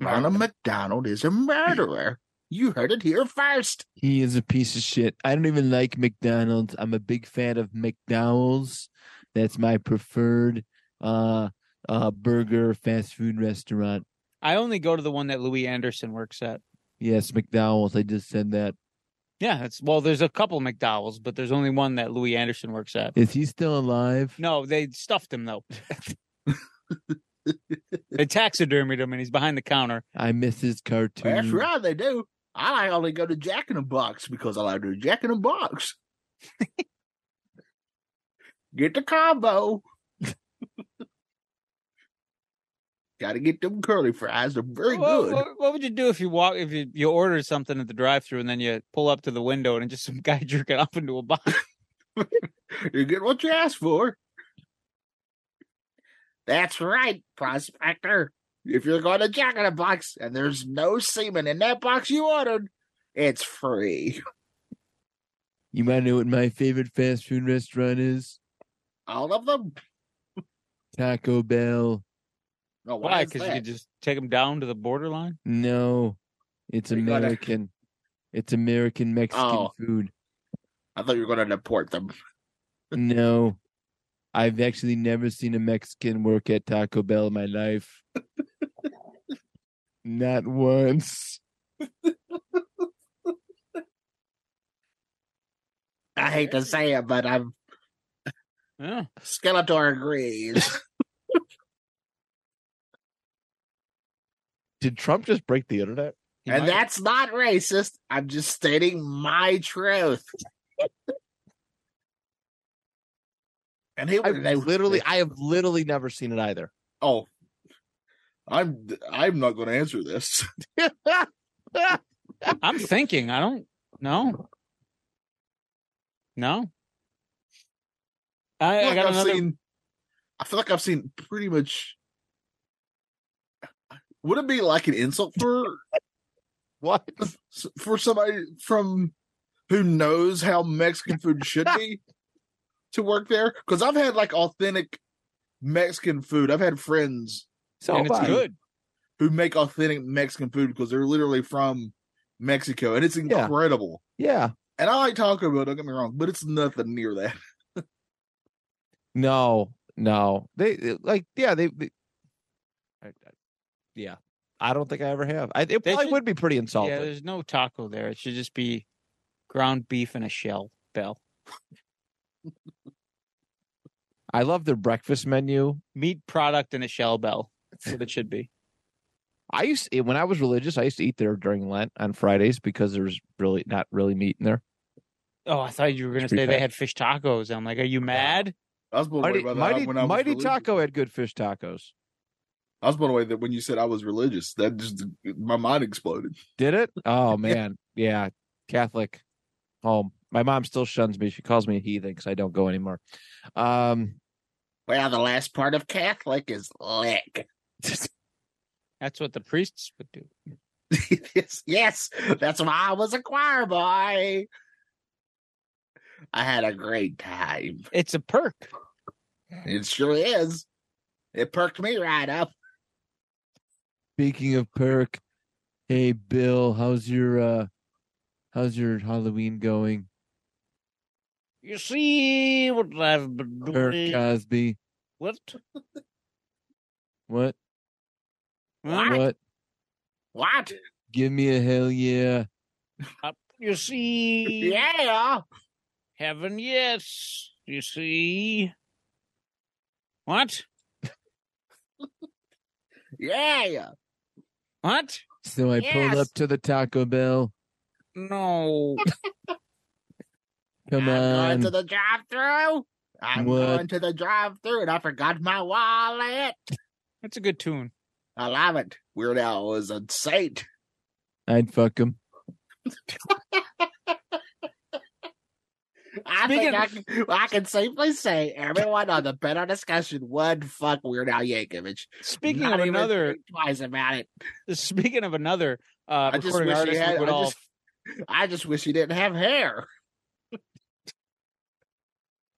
E: Ronald McDonald is a murderer. You heard it here first.
H: He is a piece of shit. I don't even like McDonald's. I'm a big fan of McDowell's. That's my preferred uh uh burger fast food restaurant.
C: I only go to the one that Louis Anderson works at.
H: Yes, McDowell's. I just said that.
C: Yeah, it's well, there's a couple McDowell's, but there's only one that Louis Anderson works at.
H: Is he still alive?
C: No, they stuffed him though. they taxidermied him, and he's behind the counter.
H: I miss his cartoon.
E: That's right, they do. I only go to Jack in the Box because I like to do Jack in the Box. get the combo. Gotta get them curly fries. They're very
C: What-
E: good.
C: What, what would you do if you walk if you, you ordered something at the drive-through and then you pull up to the window and it's just some guy jerking off into a box?
E: You get what you asked for. That's right, prospector. If you're going to Jack in the Box and there's no semen in that box you ordered, it's free.
H: You might know what my favorite fast food restaurant is?
E: All of them.
H: Taco Bell.
E: No,
C: Why?
E: is
C: Because you
E: that?
C: could just take him down to the borderline.
H: No, it's
E: You gotta-
H: American. It's American Mexican
E: Oh.
H: food.
E: I thought you were going to deport them.
H: No, I've actually never seen a Mexican work at Taco Bell in my life. Not once.
E: I hate to say it, but I'm
C: Yeah.
E: Skeletor agrees.
G: Did Trump just break the internet?
C: He
E: and
C: might-
E: that's not racist. I'm just stating my truth. and he
G: I
E: they-
G: literally, I have literally never seen it either.
B: Oh, I'm I'm not going to answer this.
C: I'm thinking. I don't know. No. I,
B: feel
C: I
B: like
C: got
B: I've
C: another.
B: seen. I feel like I've seen pretty much. Would it be like an insult for
G: What?
B: for somebody from who knows how Mexican food should be to work there? Because I've had like authentic Mexican food. I've had friends
G: So
C: and it's
G: bad.
C: good.
B: who make authentic Mexican food because they're literally from Mexico, and it's
G: Yeah.
B: incredible.
G: Yeah.
B: And I like Taco Bell. Don't get me wrong, but it's nothing near that.
G: No. No. They they- like. Yeah. They. they I, I- yeah. I don't think I ever have. I, it probably
C: should-
G: would be pretty
C: Yeah,
G: insulting.
C: there's no taco there. It should just be ground beef and a shell. Bell
G: I love their breakfast menu.
C: meat product and a shell bell. That's what it should be.
G: I used when I was religious, I used to eat there during Lent on Fridays because there's really not really meat in there.
C: Oh, I thought you were gonna
G: It's pretty
C: say they
G: bad.
C: had fish tacos. I'm like, are you mad?
B: I was blown away
G: Mighty,
B: by that
G: Mighty,
B: when I was
G: Mighty
B: religious.
G: Taco had good fish tacos.
B: I was blown away that when you said I was religious, that just my mind exploded.
G: Did it? Oh man, yeah, Catholic home. My mom still shuns me. She calls me a heathen because I don't go anymore. Um,
E: well, the last part of Catholic is lick.
C: That's what the priests would do.
E: yes, yes, that's why I was a choir boy. I had a great time.
C: It's a perk.
E: It sure is. It perked me right up.
H: Speaking of perk, hey Bill, how's your uh how's your Halloween going?
I: You see what I've been
H: Perk
I: doing?
H: Cosby.
I: What?
H: What?
E: What?
H: What?
E: What?
H: Give me a hell yeah.
I: You see?
E: Yeah.
I: Heaven, yes. You see? What?
E: Yeah.
C: What?
H: So I pulled
E: Yes.
H: up to the Taco Bell.
C: No.
H: Come
E: I'm
H: on.
E: going to the drive through. I'm
H: What?
E: going to the drive through and I forgot my wallet.
C: That's a good tune.
E: I love it. Weird Al was a saint.
H: I'd fuck him.
E: I
C: Speaking-
E: think I can, I can safely say everyone on the panel discussion would fuck Weird Al Yankovic.
C: Speaking
E: Not
C: of
E: even
C: another,
E: think twice about it.
C: speaking of another uh,
E: I just
C: recording
E: wish he
C: artist, we
E: had-
C: would
E: I
C: all
E: just- I just wish he didn't have hair.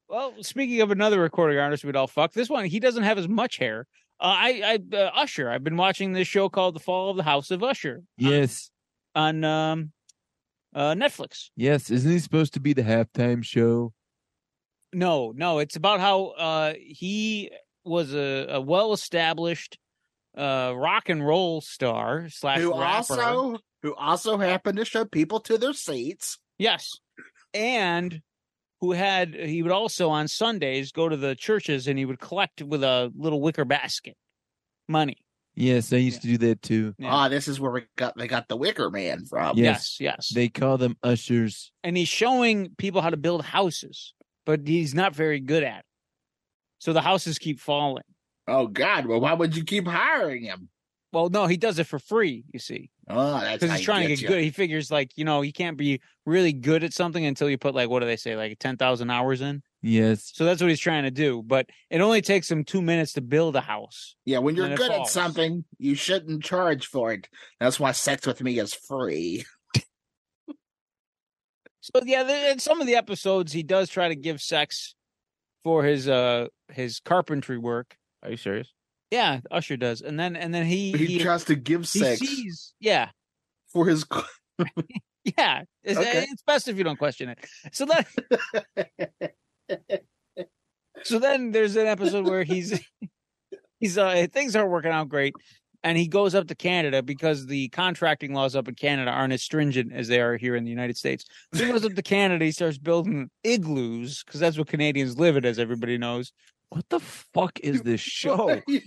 C: Well, speaking of another recording artist we'd all fuck, this one he doesn't have as much hair. Uh, I, I uh, Usher. I've been watching this show called The Fall of the House of Usher
H: Yes.
C: on um, uh, Netflix.
H: Yes. Isn't he supposed to be the halftime show?
C: No, no, it's about how uh, he was a, a well-established uh, rock and roll star slash
E: who
C: rapper.
E: also who also happened to show people to their seats.
C: Yes. And who had he would also on Sundays go to the churches and he would collect with a little wicker basket money.
H: Yes. I used to do that too.
C: Yeah.
E: Ah, this is where we got they got the Wicker Man from.
H: Yeah.
C: Oh, Yes,
H: Yes.
C: yes.
H: They call them ushers.
C: and he's showing people how to build houses, but he's not very good at it. So the houses keep falling.
E: Oh God! Well, why would you keep hiring him?
C: Well, no, he does it for free, you see,
E: Oh, that's
C: because
E: how
C: he's
E: you
C: trying to
E: get
C: get
E: you.
C: good. He figures like you know he can't be really good at something until you put like what do they say like ten thousand hours in.
H: Yes.
C: So that's what he's trying to do. But it only takes him two minutes to build a house.
E: Yeah, when you're
C: and it
E: good at
C: falls.
E: something, you shouldn't charge for it. That's why sex with me is free.
C: So yeah, th- in some of the episodes he does try to give sex for his uh his carpentry work.
G: Are you serious?
C: Yeah, Usher does, and then and then he
B: He,
C: he, he,
B: tries to give sex
C: sees yeah
B: for his.
C: Yeah, it's,
B: Okay.
C: it's best if you don't question it. So then, so then there's an episode where he's he's uh, things aren't working out great, and he goes up to Canada because the contracting laws up in Canada aren't as stringent as they are here in the United States. So he goes up to Canada, he starts building igloos because that's what Canadians live in, as everybody knows.
G: What the fuck is this show?
B: What are you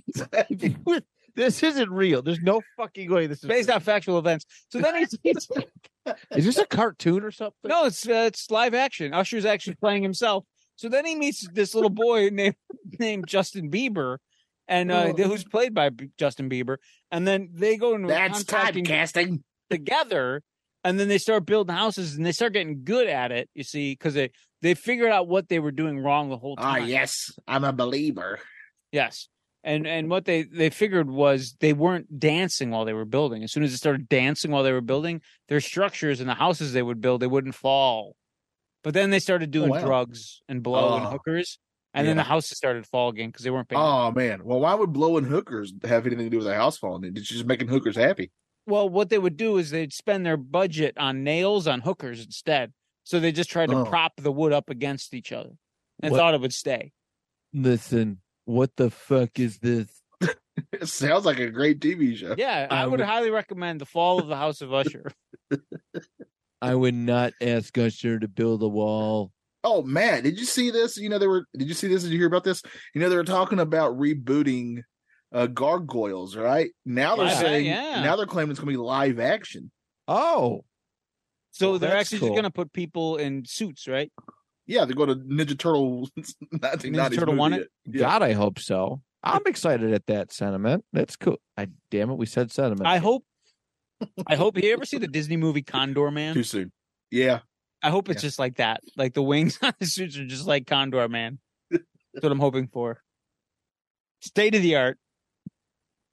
B: saying?
G: this isn't real. There's no fucking way this is
C: Based on factual events. So then he's, he's
G: Is this a cartoon or something?
C: no, it's uh, it's live action. Usher's actually playing himself. So then he meets this little boy named named Justin Bieber, and uh,
G: Oh.
C: who's played by B- Justin Bieber. And then they go into a
E: That's
C: contracting
E: typecasting.
C: together, and then they start building houses, and they start getting good at it. You see, because they they figured out what they were doing wrong the whole
E: Ah,
C: time.
E: yes, I'm a believer.
C: Yes. And and what they they figured was they weren't dancing while they were building. As soon as it started dancing while they were building, their structures and the houses they would build, they wouldn't fall. But then they started doing
B: Oh, wow.
C: drugs and blow and
B: Oh.
C: hookers, and then the houses started to fall again because they weren't paying.
B: Oh man. Well, why would blowing hookers have anything to do with a house falling? in? It's just making hookers happy.
C: Well, what they would do is they'd spend their budget on nails on hookers instead. So they just tried to
B: Oh.
C: prop the wood up against each other and
H: What-
C: thought it would stay.
H: Listen, what the fuck is this?
B: It sounds like a great TV show. Um,
C: Yeah, I,
H: I
C: would
H: would-
C: highly recommend the Fall of the House of Usher.
H: I would not ask Usher to build a wall.
B: Oh man, did you see this? You know they were. Did you see this? Did you hear about this? You know they were talking about rebooting uh, Gargoyles, right? Now they're
C: Yeah,
B: saying
C: yeah.
B: now they're claiming it's going to be live action.
G: Oh,
C: So
G: Well,
C: they're
G: that's
C: actually
G: cool.
C: just going to put people in suits, right?
B: Yeah, they go to Ninja Turtle 1990s
C: Ninja Turtle
B: movie
C: won
B: yet. Yeah.
G: God, I hope so. I'm excited at that sentiment. That's cool. I damn it, we said sentiment.
C: I hope. I hope you ever see the Disney movie Condor
B: Too
C: Man.
B: soon. Yeah,
C: I hope it's just like that. Like the wings on the suits are just like Condor Man. That's what I'm hoping for. State of the art.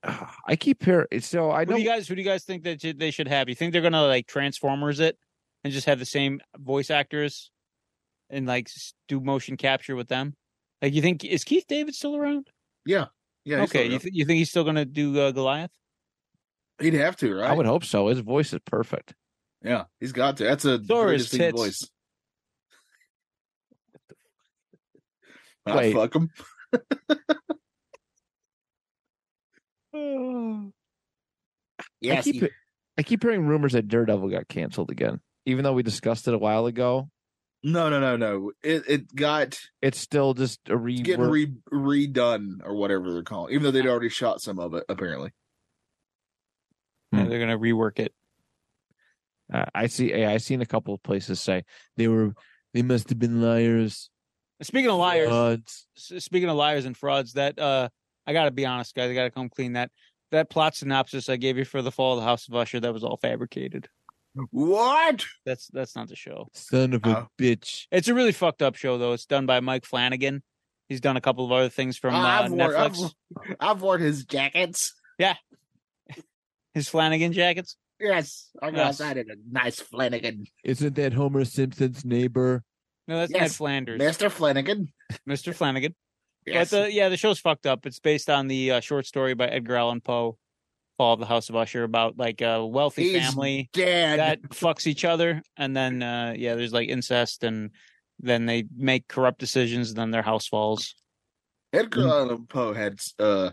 G: I keep hearing. So I
C: Who
G: know
C: do you guys? Who do you guys think that should- they should have? You think they're gonna like Transformers it and just have the same voice actors and like s- do motion capture with them? Like you think is Keith David still around?
B: yeah. he's
C: okay,
B: still
C: you,
B: around.
C: th- you think he's still gonna do uh, Goliath?
B: he'd have to, right?
G: I would hope so. His voice is perfect.
B: Yeah, he's got to. That's a
C: Thor
B: very
C: is
B: distinct
C: tits.
B: voice. I
G: Wait.
B: fuck him.
G: I
E: Yes,
G: keep
E: you-
G: he- I keep hearing rumors that Daredevil got canceled again. Even though we discussed it a while ago,
B: No, no, no, no. It it got
G: it's still just a
B: it's
G: rework.
B: getting re- redone or whatever they're calling, it, even though they'd already shot some of it. Apparently,
C: Yeah, they're gonna rework it.
G: Uh, I see. I I seen a couple of places say they were they must have been liars.
C: Speaking of liars,
G: frauds.
C: s- speaking of liars and frauds, that uh, I gotta be honest, guys, I gotta come clean that that plot synopsis I gave you for the fall of the House of Usher that was all fabricated.
B: What?
C: That's that's not the show.
G: son of a
B: Oh.
G: bitch.
C: It's a really fucked up show though. It's done by Mike Flanagan. He's done a couple of other things from
E: Oh,
C: uh,
E: I've worn- I've
C: Netflix.
E: worn- I've worn his jackets.
C: His Flanagan jackets.
E: Yes, I go
C: Yes.
E: outside in a nice Flanagan,
G: Isn't that Homer Simpson's neighbor?
C: No, that's Ned
E: Yes.
C: Flanders,
E: Mister Flanagan.
C: Mr. Flanagan.
E: Yes,
C: But the, yeah, the show's fucked up. It's based on the uh, short story by Edgar Allan Poe, "Fall of the House of Usher," about like a wealthy
E: He's
C: family
E: dead.
C: that fucks each other, and then uh, yeah, there's like incest, and then they make corrupt decisions, and then their house falls.
B: Edgar Allan Poe had uh,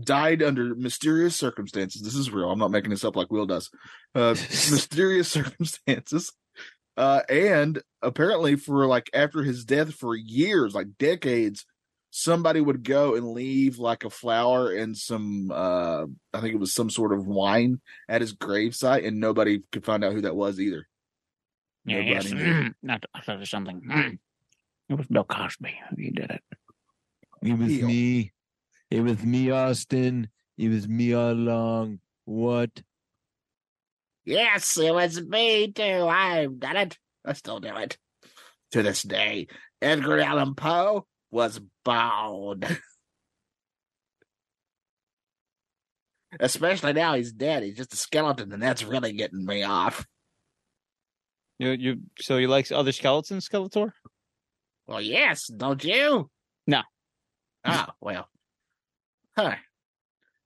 B: died under mysterious circumstances. This is real. I'm not making this up like Will does. Uh, mysterious circumstances. Uh, and apparently, for like after his death, for years, like decades, somebody would go and leave like a flower and some, uh, I think it was some sort of wine at his gravesite, and nobody could find out who that was either.
C: Yeah,
B: Nobody
C: yes.
B: knew.
C: Not I thought it was something. Mm. It was Bill Cosby. He did it.
G: It was
B: Deal.
G: me. It was me, Austin. It was me all along. What?
E: Yes, it was me too. I've done it. I still do it to this day. Edgar Allan Poe was bald. Especially now he's dead. He's just a skeleton, and that's really getting me off.
C: You you so you like other skeletons, Skeletor?
E: Well, yes, don't you?
C: No.
E: Oh, well. Huh.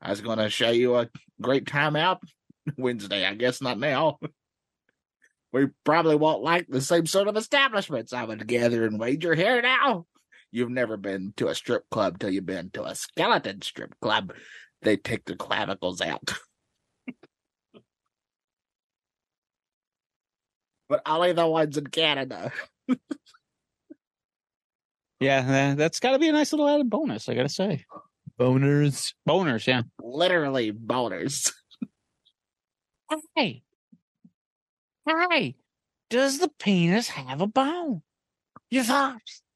E: I was going to show you a great time out Wednesday. I guess not now. We probably won't like the same sort of establishments, I would gather and wager here now. You've never been to a strip club till you've been to a skeleton strip club. They take their clavicles out. but only the ones in Canada.
C: Yeah, that- that's got to be a nice little added bonus. I gotta say,
G: Boners?
C: boners. Yeah.
E: Literally boners.
C: Hey, hey, does the penis have a bone? Your thoughts?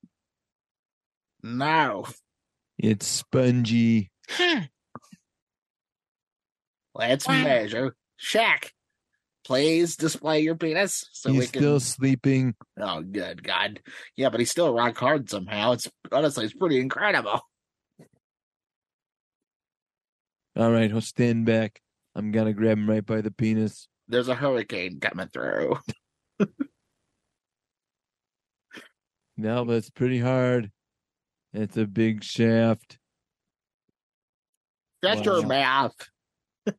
E: No.
G: It's spongy.
C: Huh.
E: Let's
C: Wow.
E: measure. Shaq, please display your penis so we
G: He's
E: can.
G: still sleeping.
E: Oh, good God. Yeah, but he's still rock hard somehow. It's honestly, it's pretty incredible.
G: All right, I'll stand back. I'm gonna grab him right by the penis.
E: There's a hurricane coming through.
G: No, that's pretty hard. That's a big shaft.
E: Shut your
G: Wow.
E: mouth.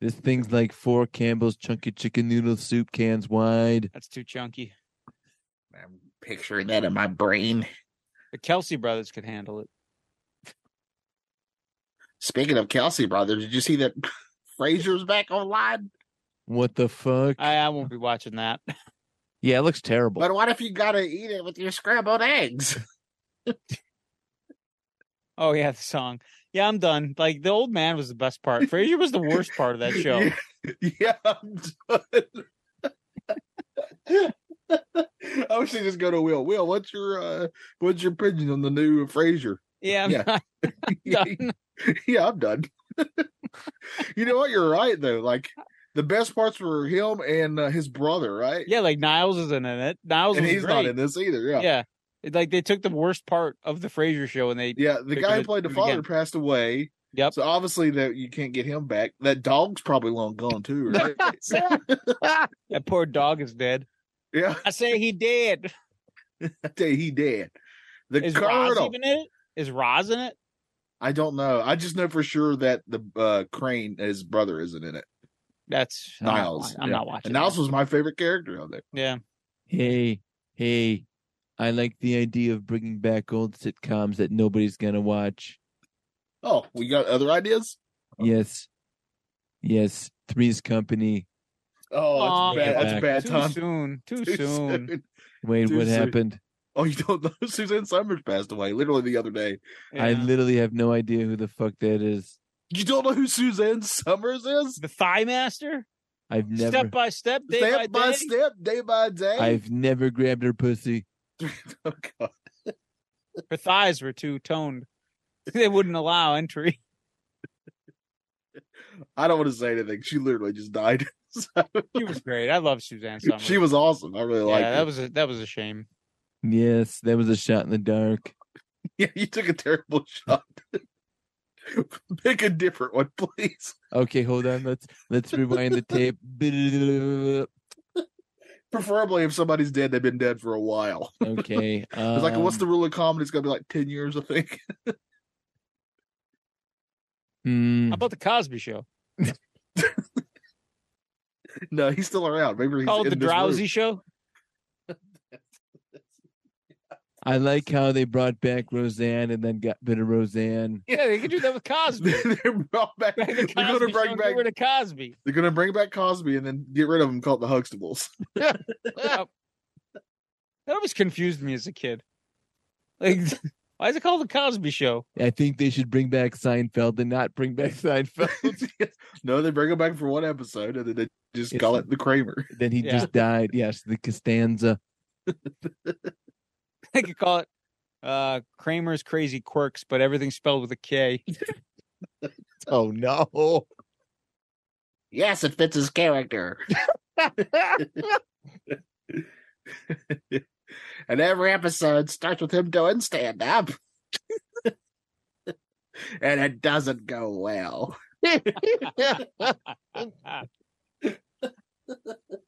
G: This thing's like four Campbell's chunky chicken noodle soup cans wide.
C: That's too chunky.
E: I'm picturing that in my brain.
C: The Kelsey brothers could handle it.
E: Speaking of Kelsey brothers, did you see that Frazier's back online?
G: What the fuck?
C: I, I won't be watching that.
G: Yeah, it looks terrible.
E: But what if you gotta eat it with your scrambled eggs?
C: Oh yeah, the song. Yeah, I'm done. Like the old man was the best part. Frasier was the worst part of that show.
B: Yeah, I'm done. I wish they just go to Will. Will, what's your uh, what's your opinion on the new Frasier?
C: Yeah, I'm
B: Yeah.
C: not- Done.
B: yeah, I'm done. you know what? You're right though. Like the best parts were him and uh, his brother, right?
C: yeah. Like Niles isn't in it. Niles
B: and
C: was
B: he's
C: great.
B: not in this either. Yeah,
C: Yeah.
B: yeah.
C: It- like they took the worst part of the Frasier show and they.
B: the
C: They're
B: guy
C: gonna
B: who played the
C: do it
B: father
C: again.
B: passed away.
C: Yep.
B: So obviously that you can't get him back. That dog's probably long gone too, right?
C: That poor dog is dead.
B: yeah,
C: I say he did.
B: I tell you, he dead. The
C: Is Roz
B: colonel.
C: even in it? Is Roz in it?
B: I don't know. I just know for sure that the uh, Crane, his brother, isn't in it.
C: That's I'm not
B: Niles.
C: wa- I'm
B: yeah.
C: not watching.
B: And Niles
C: that.
B: was my favorite character on there.
C: Yeah.
G: Hey, hey, I like the idea of bringing back old sitcoms that nobody's gonna watch.
B: Oh, we got other ideas?
G: Yes, yes, Three's Company.
B: Oh,
C: Aw,
B: that's bad.
G: yeah.
B: That's bad,
C: Too
B: Tom.
C: soon. Too,
B: Too
C: soon.
B: soon.
G: Wait,
B: Too
G: what
B: soon.
G: happened?
B: Oh, you don't know? Suzanne Summers passed away literally the other day.
G: I
C: Yeah.
G: literally have no idea who the fuck that is.
B: You don't know who Suzanne Summers is?
C: The Thigh Master,
H: I've never,
C: step by step, day
B: step
C: by,
B: by
C: day.
B: step, day by day.
H: I've never grabbed her pussy.
B: oh, God.
C: Her thighs were too toned; they wouldn't allow entry.
B: I don't want to say anything. She literally just died. So,
C: She was great. I love Suzanne Summers.
B: she was awesome. I really
C: yeah,
B: liked
C: that
B: her.
C: was a, that was a shame.
H: Yes, that was a shot in the dark.
B: Yeah, you took a terrible shot. Pick a different one, please.
H: Okay, hold on. Let's let's rewind the tape.
B: Preferably, if somebody's dead, they've been dead for a while.
H: Okay.
B: It's like, what's the
H: um,
B: rule of comedy? It's gonna be like ten years, I think.
H: hmm.
C: How about the Cosby Show?
B: no, he's still around. Maybe he's
C: Called
B: in
C: Oh, the
B: this room.
C: Drowsy Show.
H: I like how they brought back Roseanne and then got rid of Roseanne.
C: Yeah, they could do that with Cosby.
B: they're brought back.
C: Back the
B: They're gonna
C: Cosby Show,
B: bring
C: get
B: back.
C: rid of Cosby.
B: They're gonna bring back Cosby and then get rid of him. Called the Huxtables.
C: That always confused me as a kid. Like, why is it called the Cosby Show?
H: I think they should bring back Seinfeld and not bring back Seinfeld.
B: no, they bring him back for one episode and then they just
H: It's-
B: call it the Kramer.
H: then he
C: Yeah.
H: just died. Yes, the Costanza.
C: They could call it uh, Kramer's Crazy Quirks, but everything's spelled with a K.
G: Oh no.
E: Yes, it fits his character.
B: And every
E: Episode starts with him doing stand up. and it doesn't go well.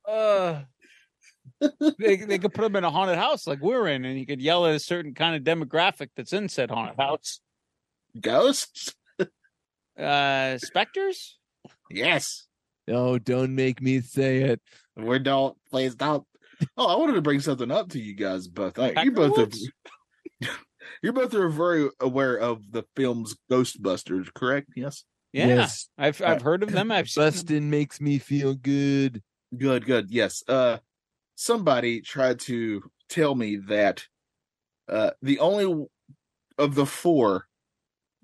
C: Uh, they they could put him in a haunted house like we're in, and he could yell at a certain kind of demographic that's in said haunted house.
B: ghosts.
C: Uh, specters.
E: Yes.
H: Oh, don't make me say it.
E: We don't. Please don't.
B: Oh, I wanted to bring something up to you guys both. Hey, you
C: Packer
B: both are,
C: Woods?
B: you both are very aware of the films Ghostbusters, correct? Yes.
C: Yeah,
H: Yes.
C: I've I've heard of them. I've seen them.
H: Bustin makes me feel good.
B: Good, good. Yes. Uh somebody tried to tell me that uh the only w- of the four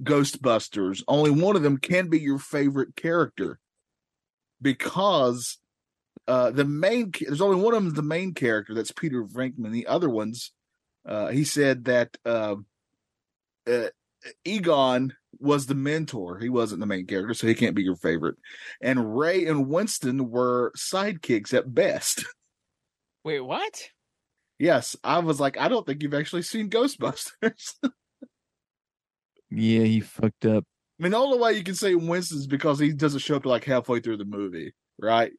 B: Ghostbusters, only one of them can be your favorite character because uh the main ca- there's only one of them's the main character that's Peter Venkman. The other ones uh he said that um uh, Egon was the mentor. He wasn't the main character, so he can't be your favorite and Ray and Winston were sidekicks at best.
C: Wait, what?
B: Yes, I was like, I don't think you've actually seen Ghostbusters. I
H: Yeah, he fucked up.
B: mean, the only way you can say Winston's because he doesn't show up till, like halfway through the movie, right?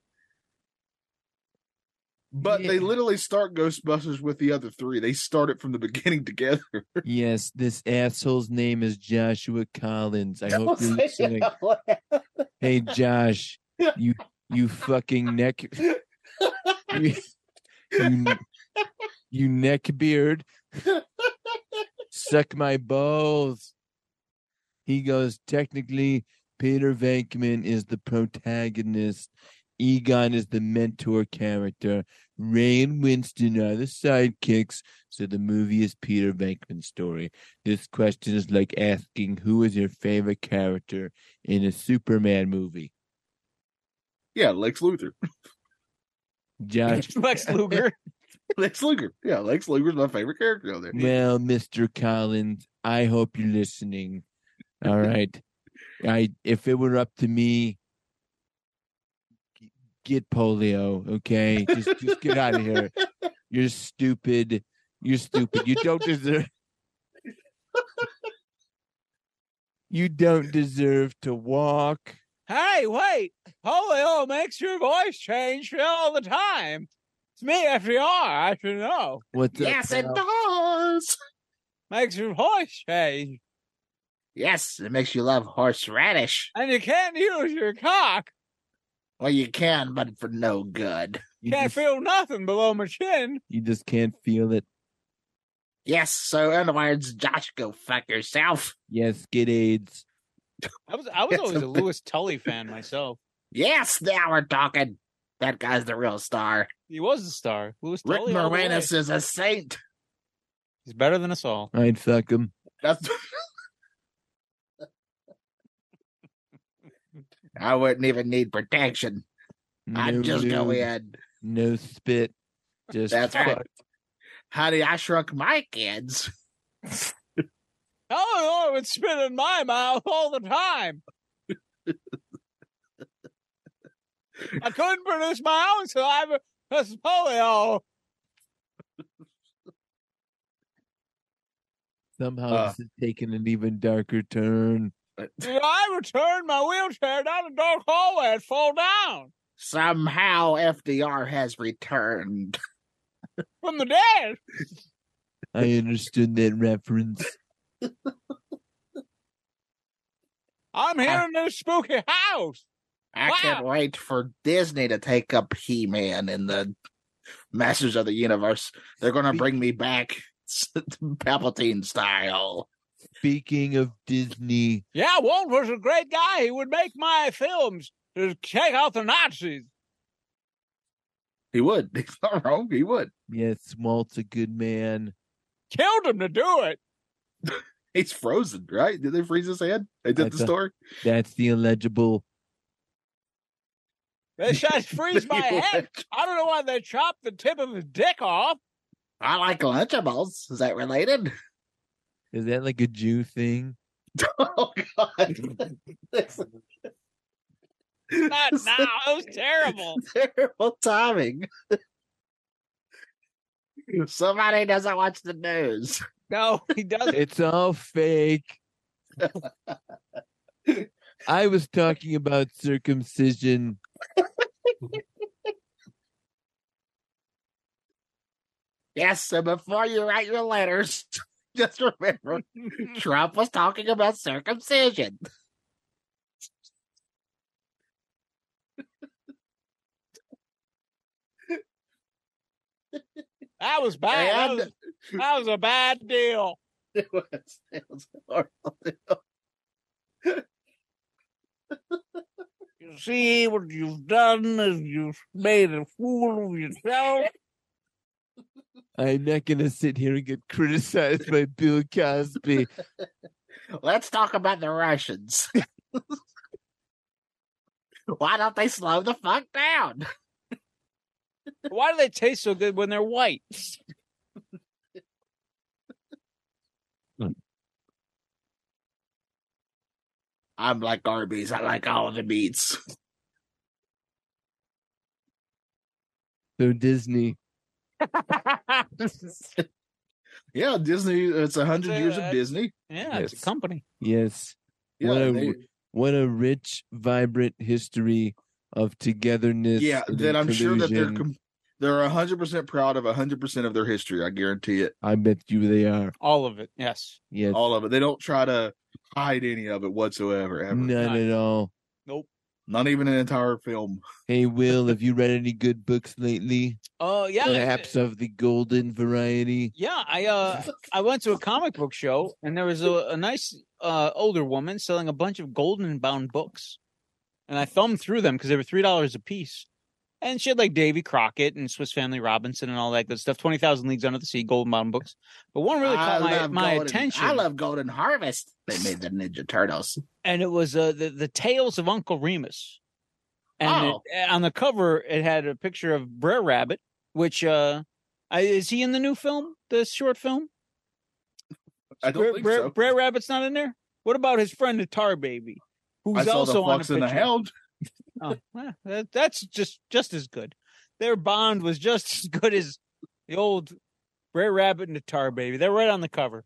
B: But they
C: Yeah.
B: literally start Ghostbusters with the other three. They start it from the beginning together.
H: Yes, this asshole's name is Joshua Collins. I hope you're listening. Hey Josh, you you fucking neck you, you, you neck beard. Suck my balls. He goes, technically, Peter Venkman is the protagonist. Egon is the mentor character. Ray and Winston are the sidekicks. So the movie is Peter Venkman's story. This question is like asking who is your favorite character in a Superman movie?
B: Yeah, Lex Luthor.
H: Josh,
C: Uh, Lex Luger.
B: Lex Luger. Yeah, Lex Luger's my favorite character out there.
H: well, Mr. Collins, I hope you're listening. All right. I if it were up to me get polio, okay? Just just get out of here. You're stupid. You're stupid. You don't deserve You don't deserve to walk.
C: Hey, wait! Polio makes your voice change all the time. It's me, FDR. I should know.
H: What's up,
E: Yes, it
H: pal?
E: does.
C: Makes your voice change,
E: Yes, it makes you love horseradish.
C: and you can't use your cock.
E: Well, you can, but for no good.
H: you,
C: Can't
H: just,
C: feel nothing below my chin.
H: you just can't feel it.
E: Yes, so in other words, Josh, go fuck yourself.
H: Yes, get AIDS.
C: I was I was
B: That's
C: always a
B: amazing.
C: Lewis Tully fan myself.
E: Yes, now we're talking. That guy's the real star.
C: He was the star. Lewis
E: Rick
C: Tully. all the way.
E: Moranis is a saint.
C: He's better than us all.
H: I'd fuck him.
B: That's
E: I wouldn't even need protection. I'd just go
H: lube,
E: in.
H: No spit. Just
E: That's
H: fuck.
E: right. Honey, I shrunk my kids.
C: Oh, no, it's spit in my mouth all the time. I couldn't produce my own, so I'm that's polio.
H: Somehow
B: Uh.
H: this is taking an even darker turn.
C: I returned my wheelchair down a dark hallway and fall down
E: Somehow FDR has returned.
C: from the dead.
H: I understood that reference.
C: I'm here in this spooky house.
E: I
C: Wow.
E: can't wait for Disney to take up He Man and the Masters of the Universe. They're going to bring me back Palpatine style.
H: Speaking of Disney,
C: Yeah, Walt was a great guy. He would make my films to take out the Nazis.
B: He would. He's not wrong. He would.
H: yes, Walt's a good man.
C: Killed him to do it.
B: He's frozen, right? Did they freeze his head? They did
H: I
B: the
H: thought-
B: story.
H: That's the illegible.
C: They tried to freeze my
B: He
C: head.
B: went,
C: I don't know why they chopped the tip of his dick off.
E: I like Lunchables. Is that related?
H: Is that like a Jew thing?
B: Oh God!
C: Not now. That was terrible.
E: Terrible timing. Somebody doesn't watch the news.
C: No, he doesn't.
H: It's all fake. I was talking about circumcision.
E: Yes, so before you write your letters, just remember Trump was talking about circumcision.
C: That was bad. That
E: And-
C: was, that was a bad deal.
B: It was- it was horrible.
I: You see, what you've done is you've made a fool of yourself.
H: I'm not going to sit here and get criticized by Bill Cosby.
E: Let's talk about the Russians. Why don't they slow the fuck down?
C: Why do they taste so good when they're white?
E: I'm like Arby's. I like all the meats.
H: So, Disney,
B: Yeah, Disney. It's a hundred
C: That's a-
B: years of
C: that's-
B: Disney.
C: Yeah, it's
H: Yes.
C: a company.
H: yes.
B: Yeah,
H: What a-
B: they-
H: What a rich, vibrant history of togetherness.
B: yeah.
H: and
B: That I'm sure that they're
H: inclusion.
B: com- they're hundred percent proud of hundred percent of their history. I guarantee it.
H: I bet you they are.
C: All of it. Yes.
H: Yes.
B: All of it. They don't try to hide any of it whatsoever. Ever.
H: None at all.
B: Not even an entire film.
H: Hey, Will, have you read any good books lately?
C: Oh yeah.
H: Perhaps of the golden variety.
C: Yeah, I uh I went to a comic book show and there was a, a nice uh older woman selling a bunch of golden bound books. And I thumbed through them because they were three dollars a piece. And she had like Davy Crockett and Swiss Family Robinson and all that good stuff. Twenty thousand leagues under the sea, golden bound books. But one really
E: I
C: caught my,
E: love
C: my
E: Golden-
C: attention.
E: I love Golden Harvest. They made the Ninja Turtles.
C: and it was uh, the the Tales of Uncle Remus. And
E: Oh.
C: it- on the cover, it had a picture of Brer Rabbit, which uh, I, is he in the new film, the short film?
B: I don't
C: Brer,
B: think
C: Brer-
B: so.
C: Brer Rabbit's not in there. What about his friend the Tar Baby, who's
B: I saw
C: also
B: the
C: on
B: Fox
C: the
B: and the
C: picture?
B: Hound.
C: Oh, well, that, that's just just as good. Their bond was just as good as the old Brer Rabbit and the Tar Baby. They're right on the cover,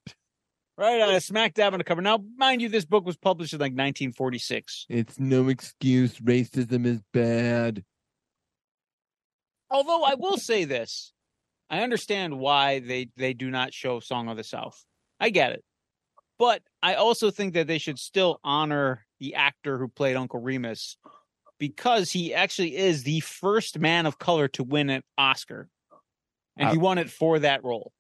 C: right on smack dab on the cover. Now, mind you, this book was published in like 1946.
H: It's no excuse. Racism is bad.
C: Although I will say this, I understand why they they do not show Song of the South. I get it, but I also think that they should still honor the actor who played Uncle Remus because he actually is the first man of color to win an Oscar, and
B: Uh,
C: he won it for that role.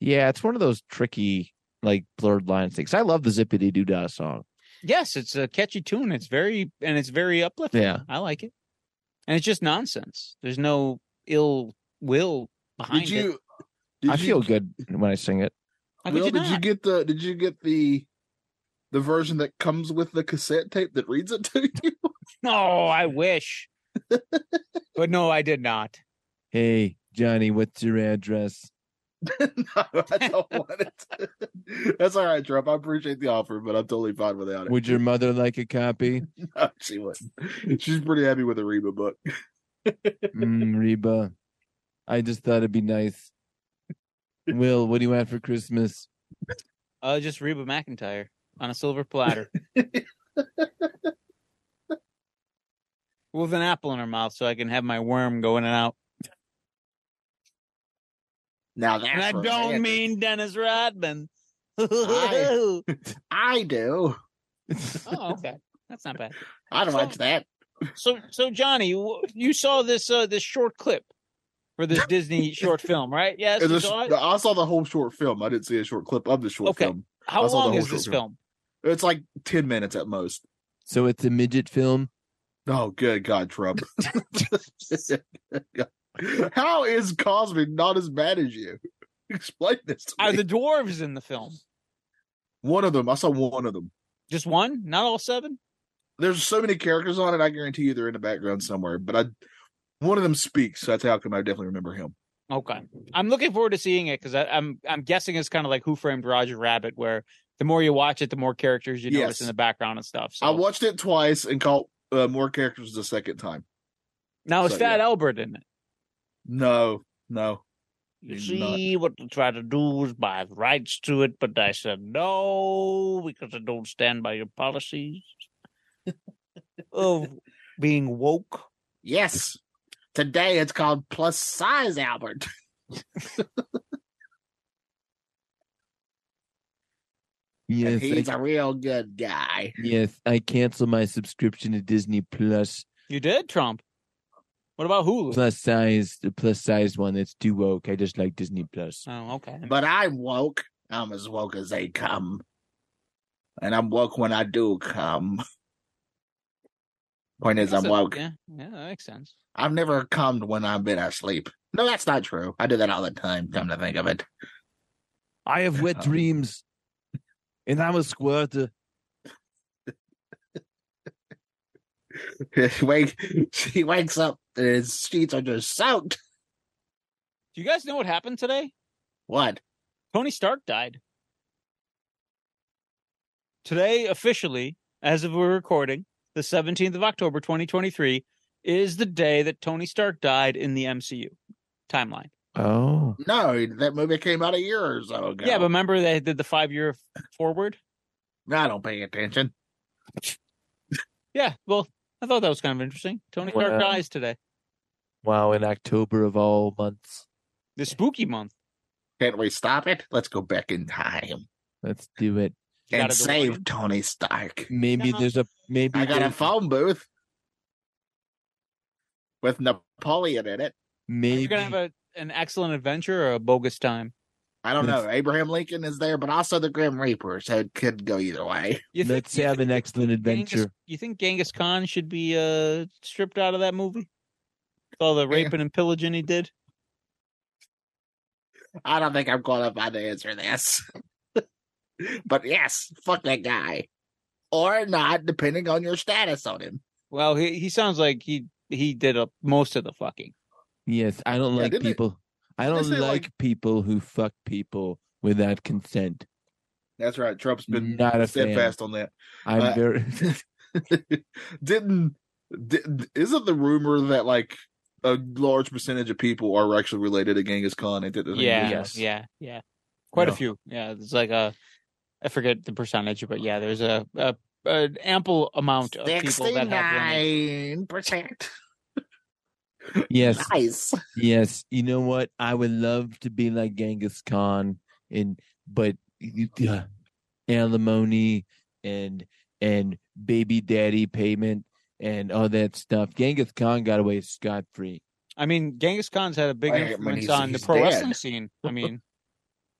G: Yeah, it's one of those tricky, like blurred lines things. I love the Zippity Doo Dah song.
C: Yes, it's a catchy tune. It's very and it's very uplifting.
G: Yeah,
C: I like it, and it's just nonsense. There's no ill will behind
B: Did you?
C: it.
B: Did
G: I
B: you-
G: feel good when I sing it.
C: How could
B: Will,
C: you
B: did you
C: not?
B: get the? Did you get the the version that comes with the cassette tape that reads it to you?
C: No, I wish. but no, I did not.
H: Hey, Johnny, what's your address?
B: no, I don't want it. That's all right, Trump. I appreciate the offer, but I'm totally fine without it.
H: Would your mother like a copy?
B: No, she wouldn't. She's pretty happy with the Reba book.
H: Mm, Reba, I just thought it'd be nice. Will, what do you want for Christmas?
C: Uh, just Reba McIntyre on a silver platter with an apple in her mouth, so I can have my worm go in and out.
E: Now that's
C: And I
E: romantic.
C: don't mean Dennis Rodman.
E: I-
C: oh,
E: I do.
C: okay, that's not bad.
E: I'd
C: So-
E: watch that.
C: So, so Johnny, you, you saw this uh, this short clip for this Disney short film, right? Yes,
B: And
C: you
B: this-
C: saw it?
B: I saw the whole short film. I didn't see a short clip of the short
C: Okay.
B: film.
C: How
B: I saw the
C: long
B: whole
C: is this
B: short film.
C: film?
B: It's like 10 minutes at most.
H: So it's a midget film.
B: Oh, good God, Trump. How is Cosby not as bad as you? Explain this to me.
C: Are the dwarves in the film?
B: one of them. I saw one of them.
C: Just one? Not all seven?
B: There's so many characters on it. I guarantee you they're in the background somewhere. But I, one of them speaks. So that's how come I definitely remember him.
C: Okay, I'm looking forward to seeing it because I'm I'm guessing it's kind of like Who Framed Roger Rabbit, where the more you watch it, the more characters you notice
B: Yes.
C: in the background and stuff. So
B: I watched it twice and caught uh, more characters the second time.
C: now it's
B: so,
C: Fat Albert in it.
B: No, no.
I: You
B: You're not.
I: see, what they try to do was buy rights to it, but I said no because I don't stand by your policies
H: Oh.
I: of being woke.
E: Yes. Today it's called plus size Albert.
H: Yes,
E: and he's
H: I,
E: a real good guy.
H: yes. I cancel my subscription to Disney Plus.
C: You did Trump. What about Hulu?
H: Plus size, the plus size one. That's too woke. I just like Disney Plus.
C: Oh, okay.
E: But I'm woke. I'm as woke as they come. And I'm woke when I do come. Point is, I'm
C: That's a-
E: woke.
C: Yeah, yeah, that makes sense.
E: I've never cummed when I've been asleep. No, that's not true. I do that all the time, come to think of it.
H: I have wet
E: Oh.
H: dreams, and I'm a squirter.
E: Wake, she wakes up and his sheets are just soaked.
C: Do you guys know what happened today?
E: What?
C: Tony Stark died. Today, officially, as of we're recording, the 17th of October, 2023, is the day that Tony Stark died in the MCU timeline.
H: Oh,
E: No, that movie came out a year or so ago.
C: Yeah, but remember they did the five year forward?
E: I don't pay attention.
C: Yeah, well, I thought that was kind of interesting. Tony Stark
H: Wow.
C: dies today,
H: wow! In October of all months,
C: the spooky month.
E: Can't we stop it? Let's go back in time
H: let's do it.
C: You
E: and
C: gotta delay
E: save
C: it.
E: Tony Stark.
H: Maybe
C: No.
H: there's a maybe.
E: I got a
H: there's-
E: phone booth with Napoleon in it.
H: Maybe
C: You're going to have a, an excellent adventure or a bogus time.
E: I don't know. Abraham Lincoln is there, but also the Grim Reaper, so it could go either way.
C: You think-
H: let's
C: you
H: have
C: think
H: an excellent
C: Genghis-
H: adventure.
C: you think Genghis Khan should be uh, stripped out of that movie? With all the raping and pillaging he did?
E: I don't think I'm qualified to answer this. but yes, fuck that guy. Or not, depending on your status on him.
C: Well, he he sounds like he he did up most of the fucking.
H: Yes, I don't
B: Yeah,
H: like
B: didn't they-
H: people. I
B: didn't
H: don't
B: they say,
H: like,
B: like-
H: people who fuck people without consent.
B: That's right. Trump's been
H: Not a fan.
B: steadfast on that.
H: I'm
B: Uh,
H: very.
B: didn't did, isn't the rumor that like a large percentage of people are actually related to Genghis Khan? Ain't that the thing?
C: Yeah,
B: Yes.
C: yeah, yeah. Quite a
B: Yeah.
C: few. Yeah, there's like a I forget the percentage, but yeah, there's a, a an ample amount of people that have. lineage.
E: 69%.
H: yes,
E: Nice.
H: yes. You know what? I would love to be like Genghis Khan, and but uh, alimony and and baby daddy payment and all that stuff. Genghis Khan got away scot free.
C: I mean, Genghis Khan's had a big
B: I mean,
C: influence
B: he's-
C: on
B: he's
C: the pro
B: dead.
C: wrestling scene. I mean,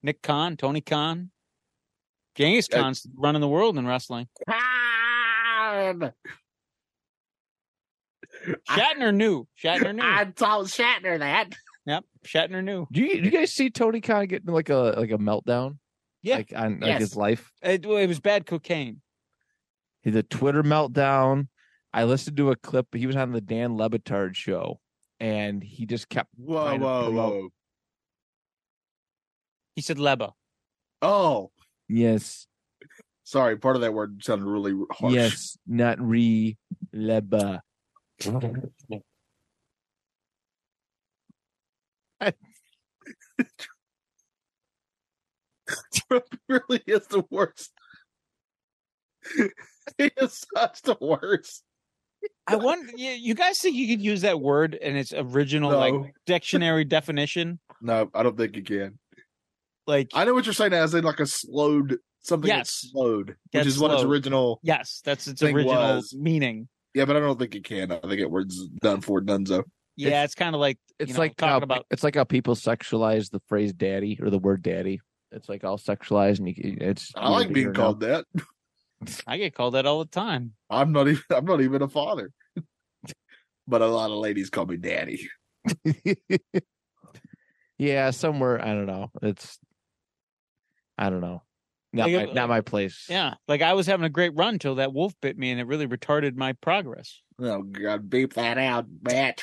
C: Nick Khan, Tony Khan, Genghis
B: Uh,
C: Khan's running the world in wrestling.
E: Con! I-
C: Shatner knew. Shatner knew.
E: I told Shatner that.
C: yep, Shatner knew.
G: Do you, do you guys see Tony Khan getting like a like a meltdown?
C: Yeah.
G: Like on like
E: Yes.
G: his life.
C: It, it was bad cocaine.
G: the Twitter meltdown. I listened to a clip. He was on the Dan Lebitard show, and he just kept.
B: Whoa,
G: Trying to
B: whoa,
G: promote-
B: whoa.
C: He said Leba.
B: Oh,
G: Yes,
B: sorry. Part of that word sounded really harsh.
G: yes, not re leba.
B: Trump really is the worst. he is such the worst.
C: I wonder. You, you guys think you could use that word in its original
B: No.
C: like dictionary definition?
B: No, I don't think you can.
C: Like
B: I know what you're saying as in like a slowed something that's
C: Yes.
B: slowed,
C: That's
B: which is what its
C: slowed.
B: original.
C: yes, that's its
B: Thing
C: original
B: was-
C: meaning.
B: Yeah, but I don't think you can. I think it word's done for Dunzo.
C: Yeah, it's, kind of like
G: It's
C: you know,
G: like
C: talking
G: how,
C: about
G: it's like how people sexualize the phrase "daddy" or the word "daddy." It's like all sexualized, and you, it's.
B: I
G: weird to
B: like
G: hear
B: being
G: now.
B: called that.
C: I get called that all the time.
B: I'm not even. I'm not even a father. but a lot of ladies call me daddy.
G: yeah, somewhere I don't know. It's I don't know. Not
C: Like,
G: my,
C: uh,
G: not my place.
C: Yeah, like I was having a great run till that wolf bit me and it really retarded my progress.
B: Oh God, beep that.
E: That out, Matt.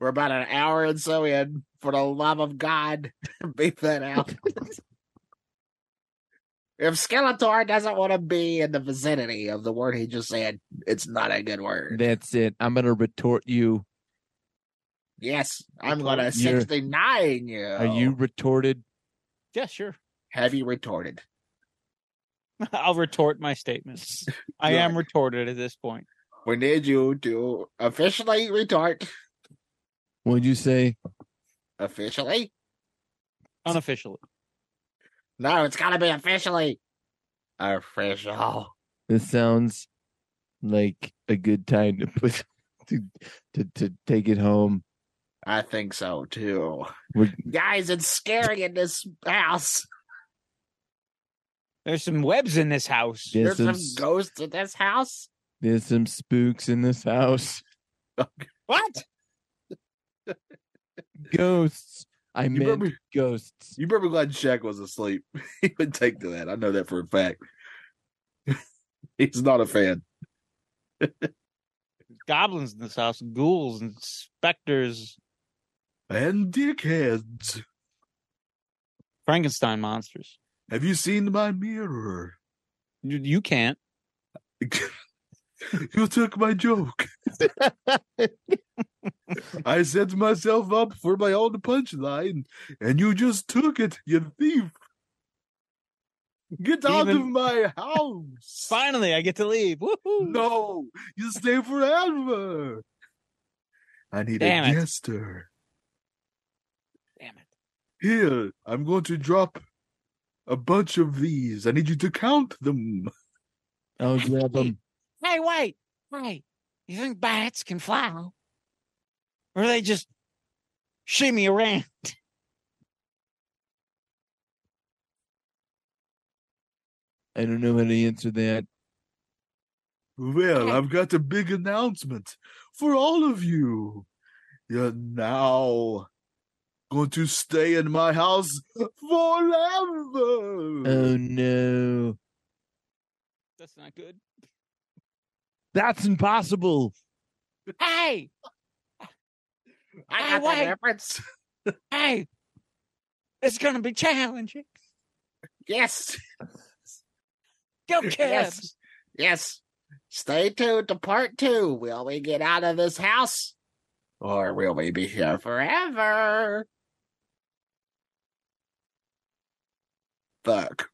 E: We're about an hour and so in. For the love of God, beep that out. if Skeletor doesn't want to be in the vicinity of the word he just said, it's not a good word.
G: That's it. I'm gonna retort you.
E: Yes, I'm going to
G: You're-
E: 69 you.
G: Are you retorted?
C: Yeah, sure.
E: Have you retorted?
C: I'll retort my statements. I am retorted at this point.
E: We need you to officially retort.
G: What'd you say?
E: Officially?
C: Unofficially.
E: No, it's got to be officially. Official.
G: This sounds like a good time to put to to, to take it home.
E: I think so too.
G: We're-
E: Guys, it's scary in this house.
C: There's some webs in this house.
G: There's
E: There's
G: some
E: some
G: s-
E: ghosts in this house.
G: there's some spooks in this house.
E: What?
G: Ghosts. I
B: You
G: meant
B: remember?
G: ghosts.
B: You remember glad Shaq was asleep. he would take to that. I know that for a fact. He's not a fan.
C: Goblins in this house, ghouls and specters,
B: And dickheads,
C: Frankenstein monsters.
B: have you seen my mirror?
C: You, you can't.
B: you took my joke. I set myself up for my own punchline, and you just took it, you thief. Get out of
C: Even-
B: my house.
C: Finally, I get to leave. Woohoo!
B: No, you stay forever. I need
C: Damn
B: a
C: it.
B: jester.
C: Damn it.
B: Here, I'm going to drop a bunch of these. I need you to count them.
G: I'll grab them.
C: Hey, wait. Hey, you think bats can fly? Or they just shimmy around?
G: I don't know how to answer that.
B: Well, I've got a big announcement for all of you. You're now going to stay in my house forever.
G: Oh no.
C: That's not good.
G: That's impossible.
C: Hey,
E: I
C: Hey,
E: got that
C: wait.
E: reference.
C: hey, it's gonna be challenging.
E: Yes,
C: Go
E: Yes.
C: Cubs!
E: yes. Stay tuned to part two. Will we get out of this house? Or will we be here forever?
B: Fuck.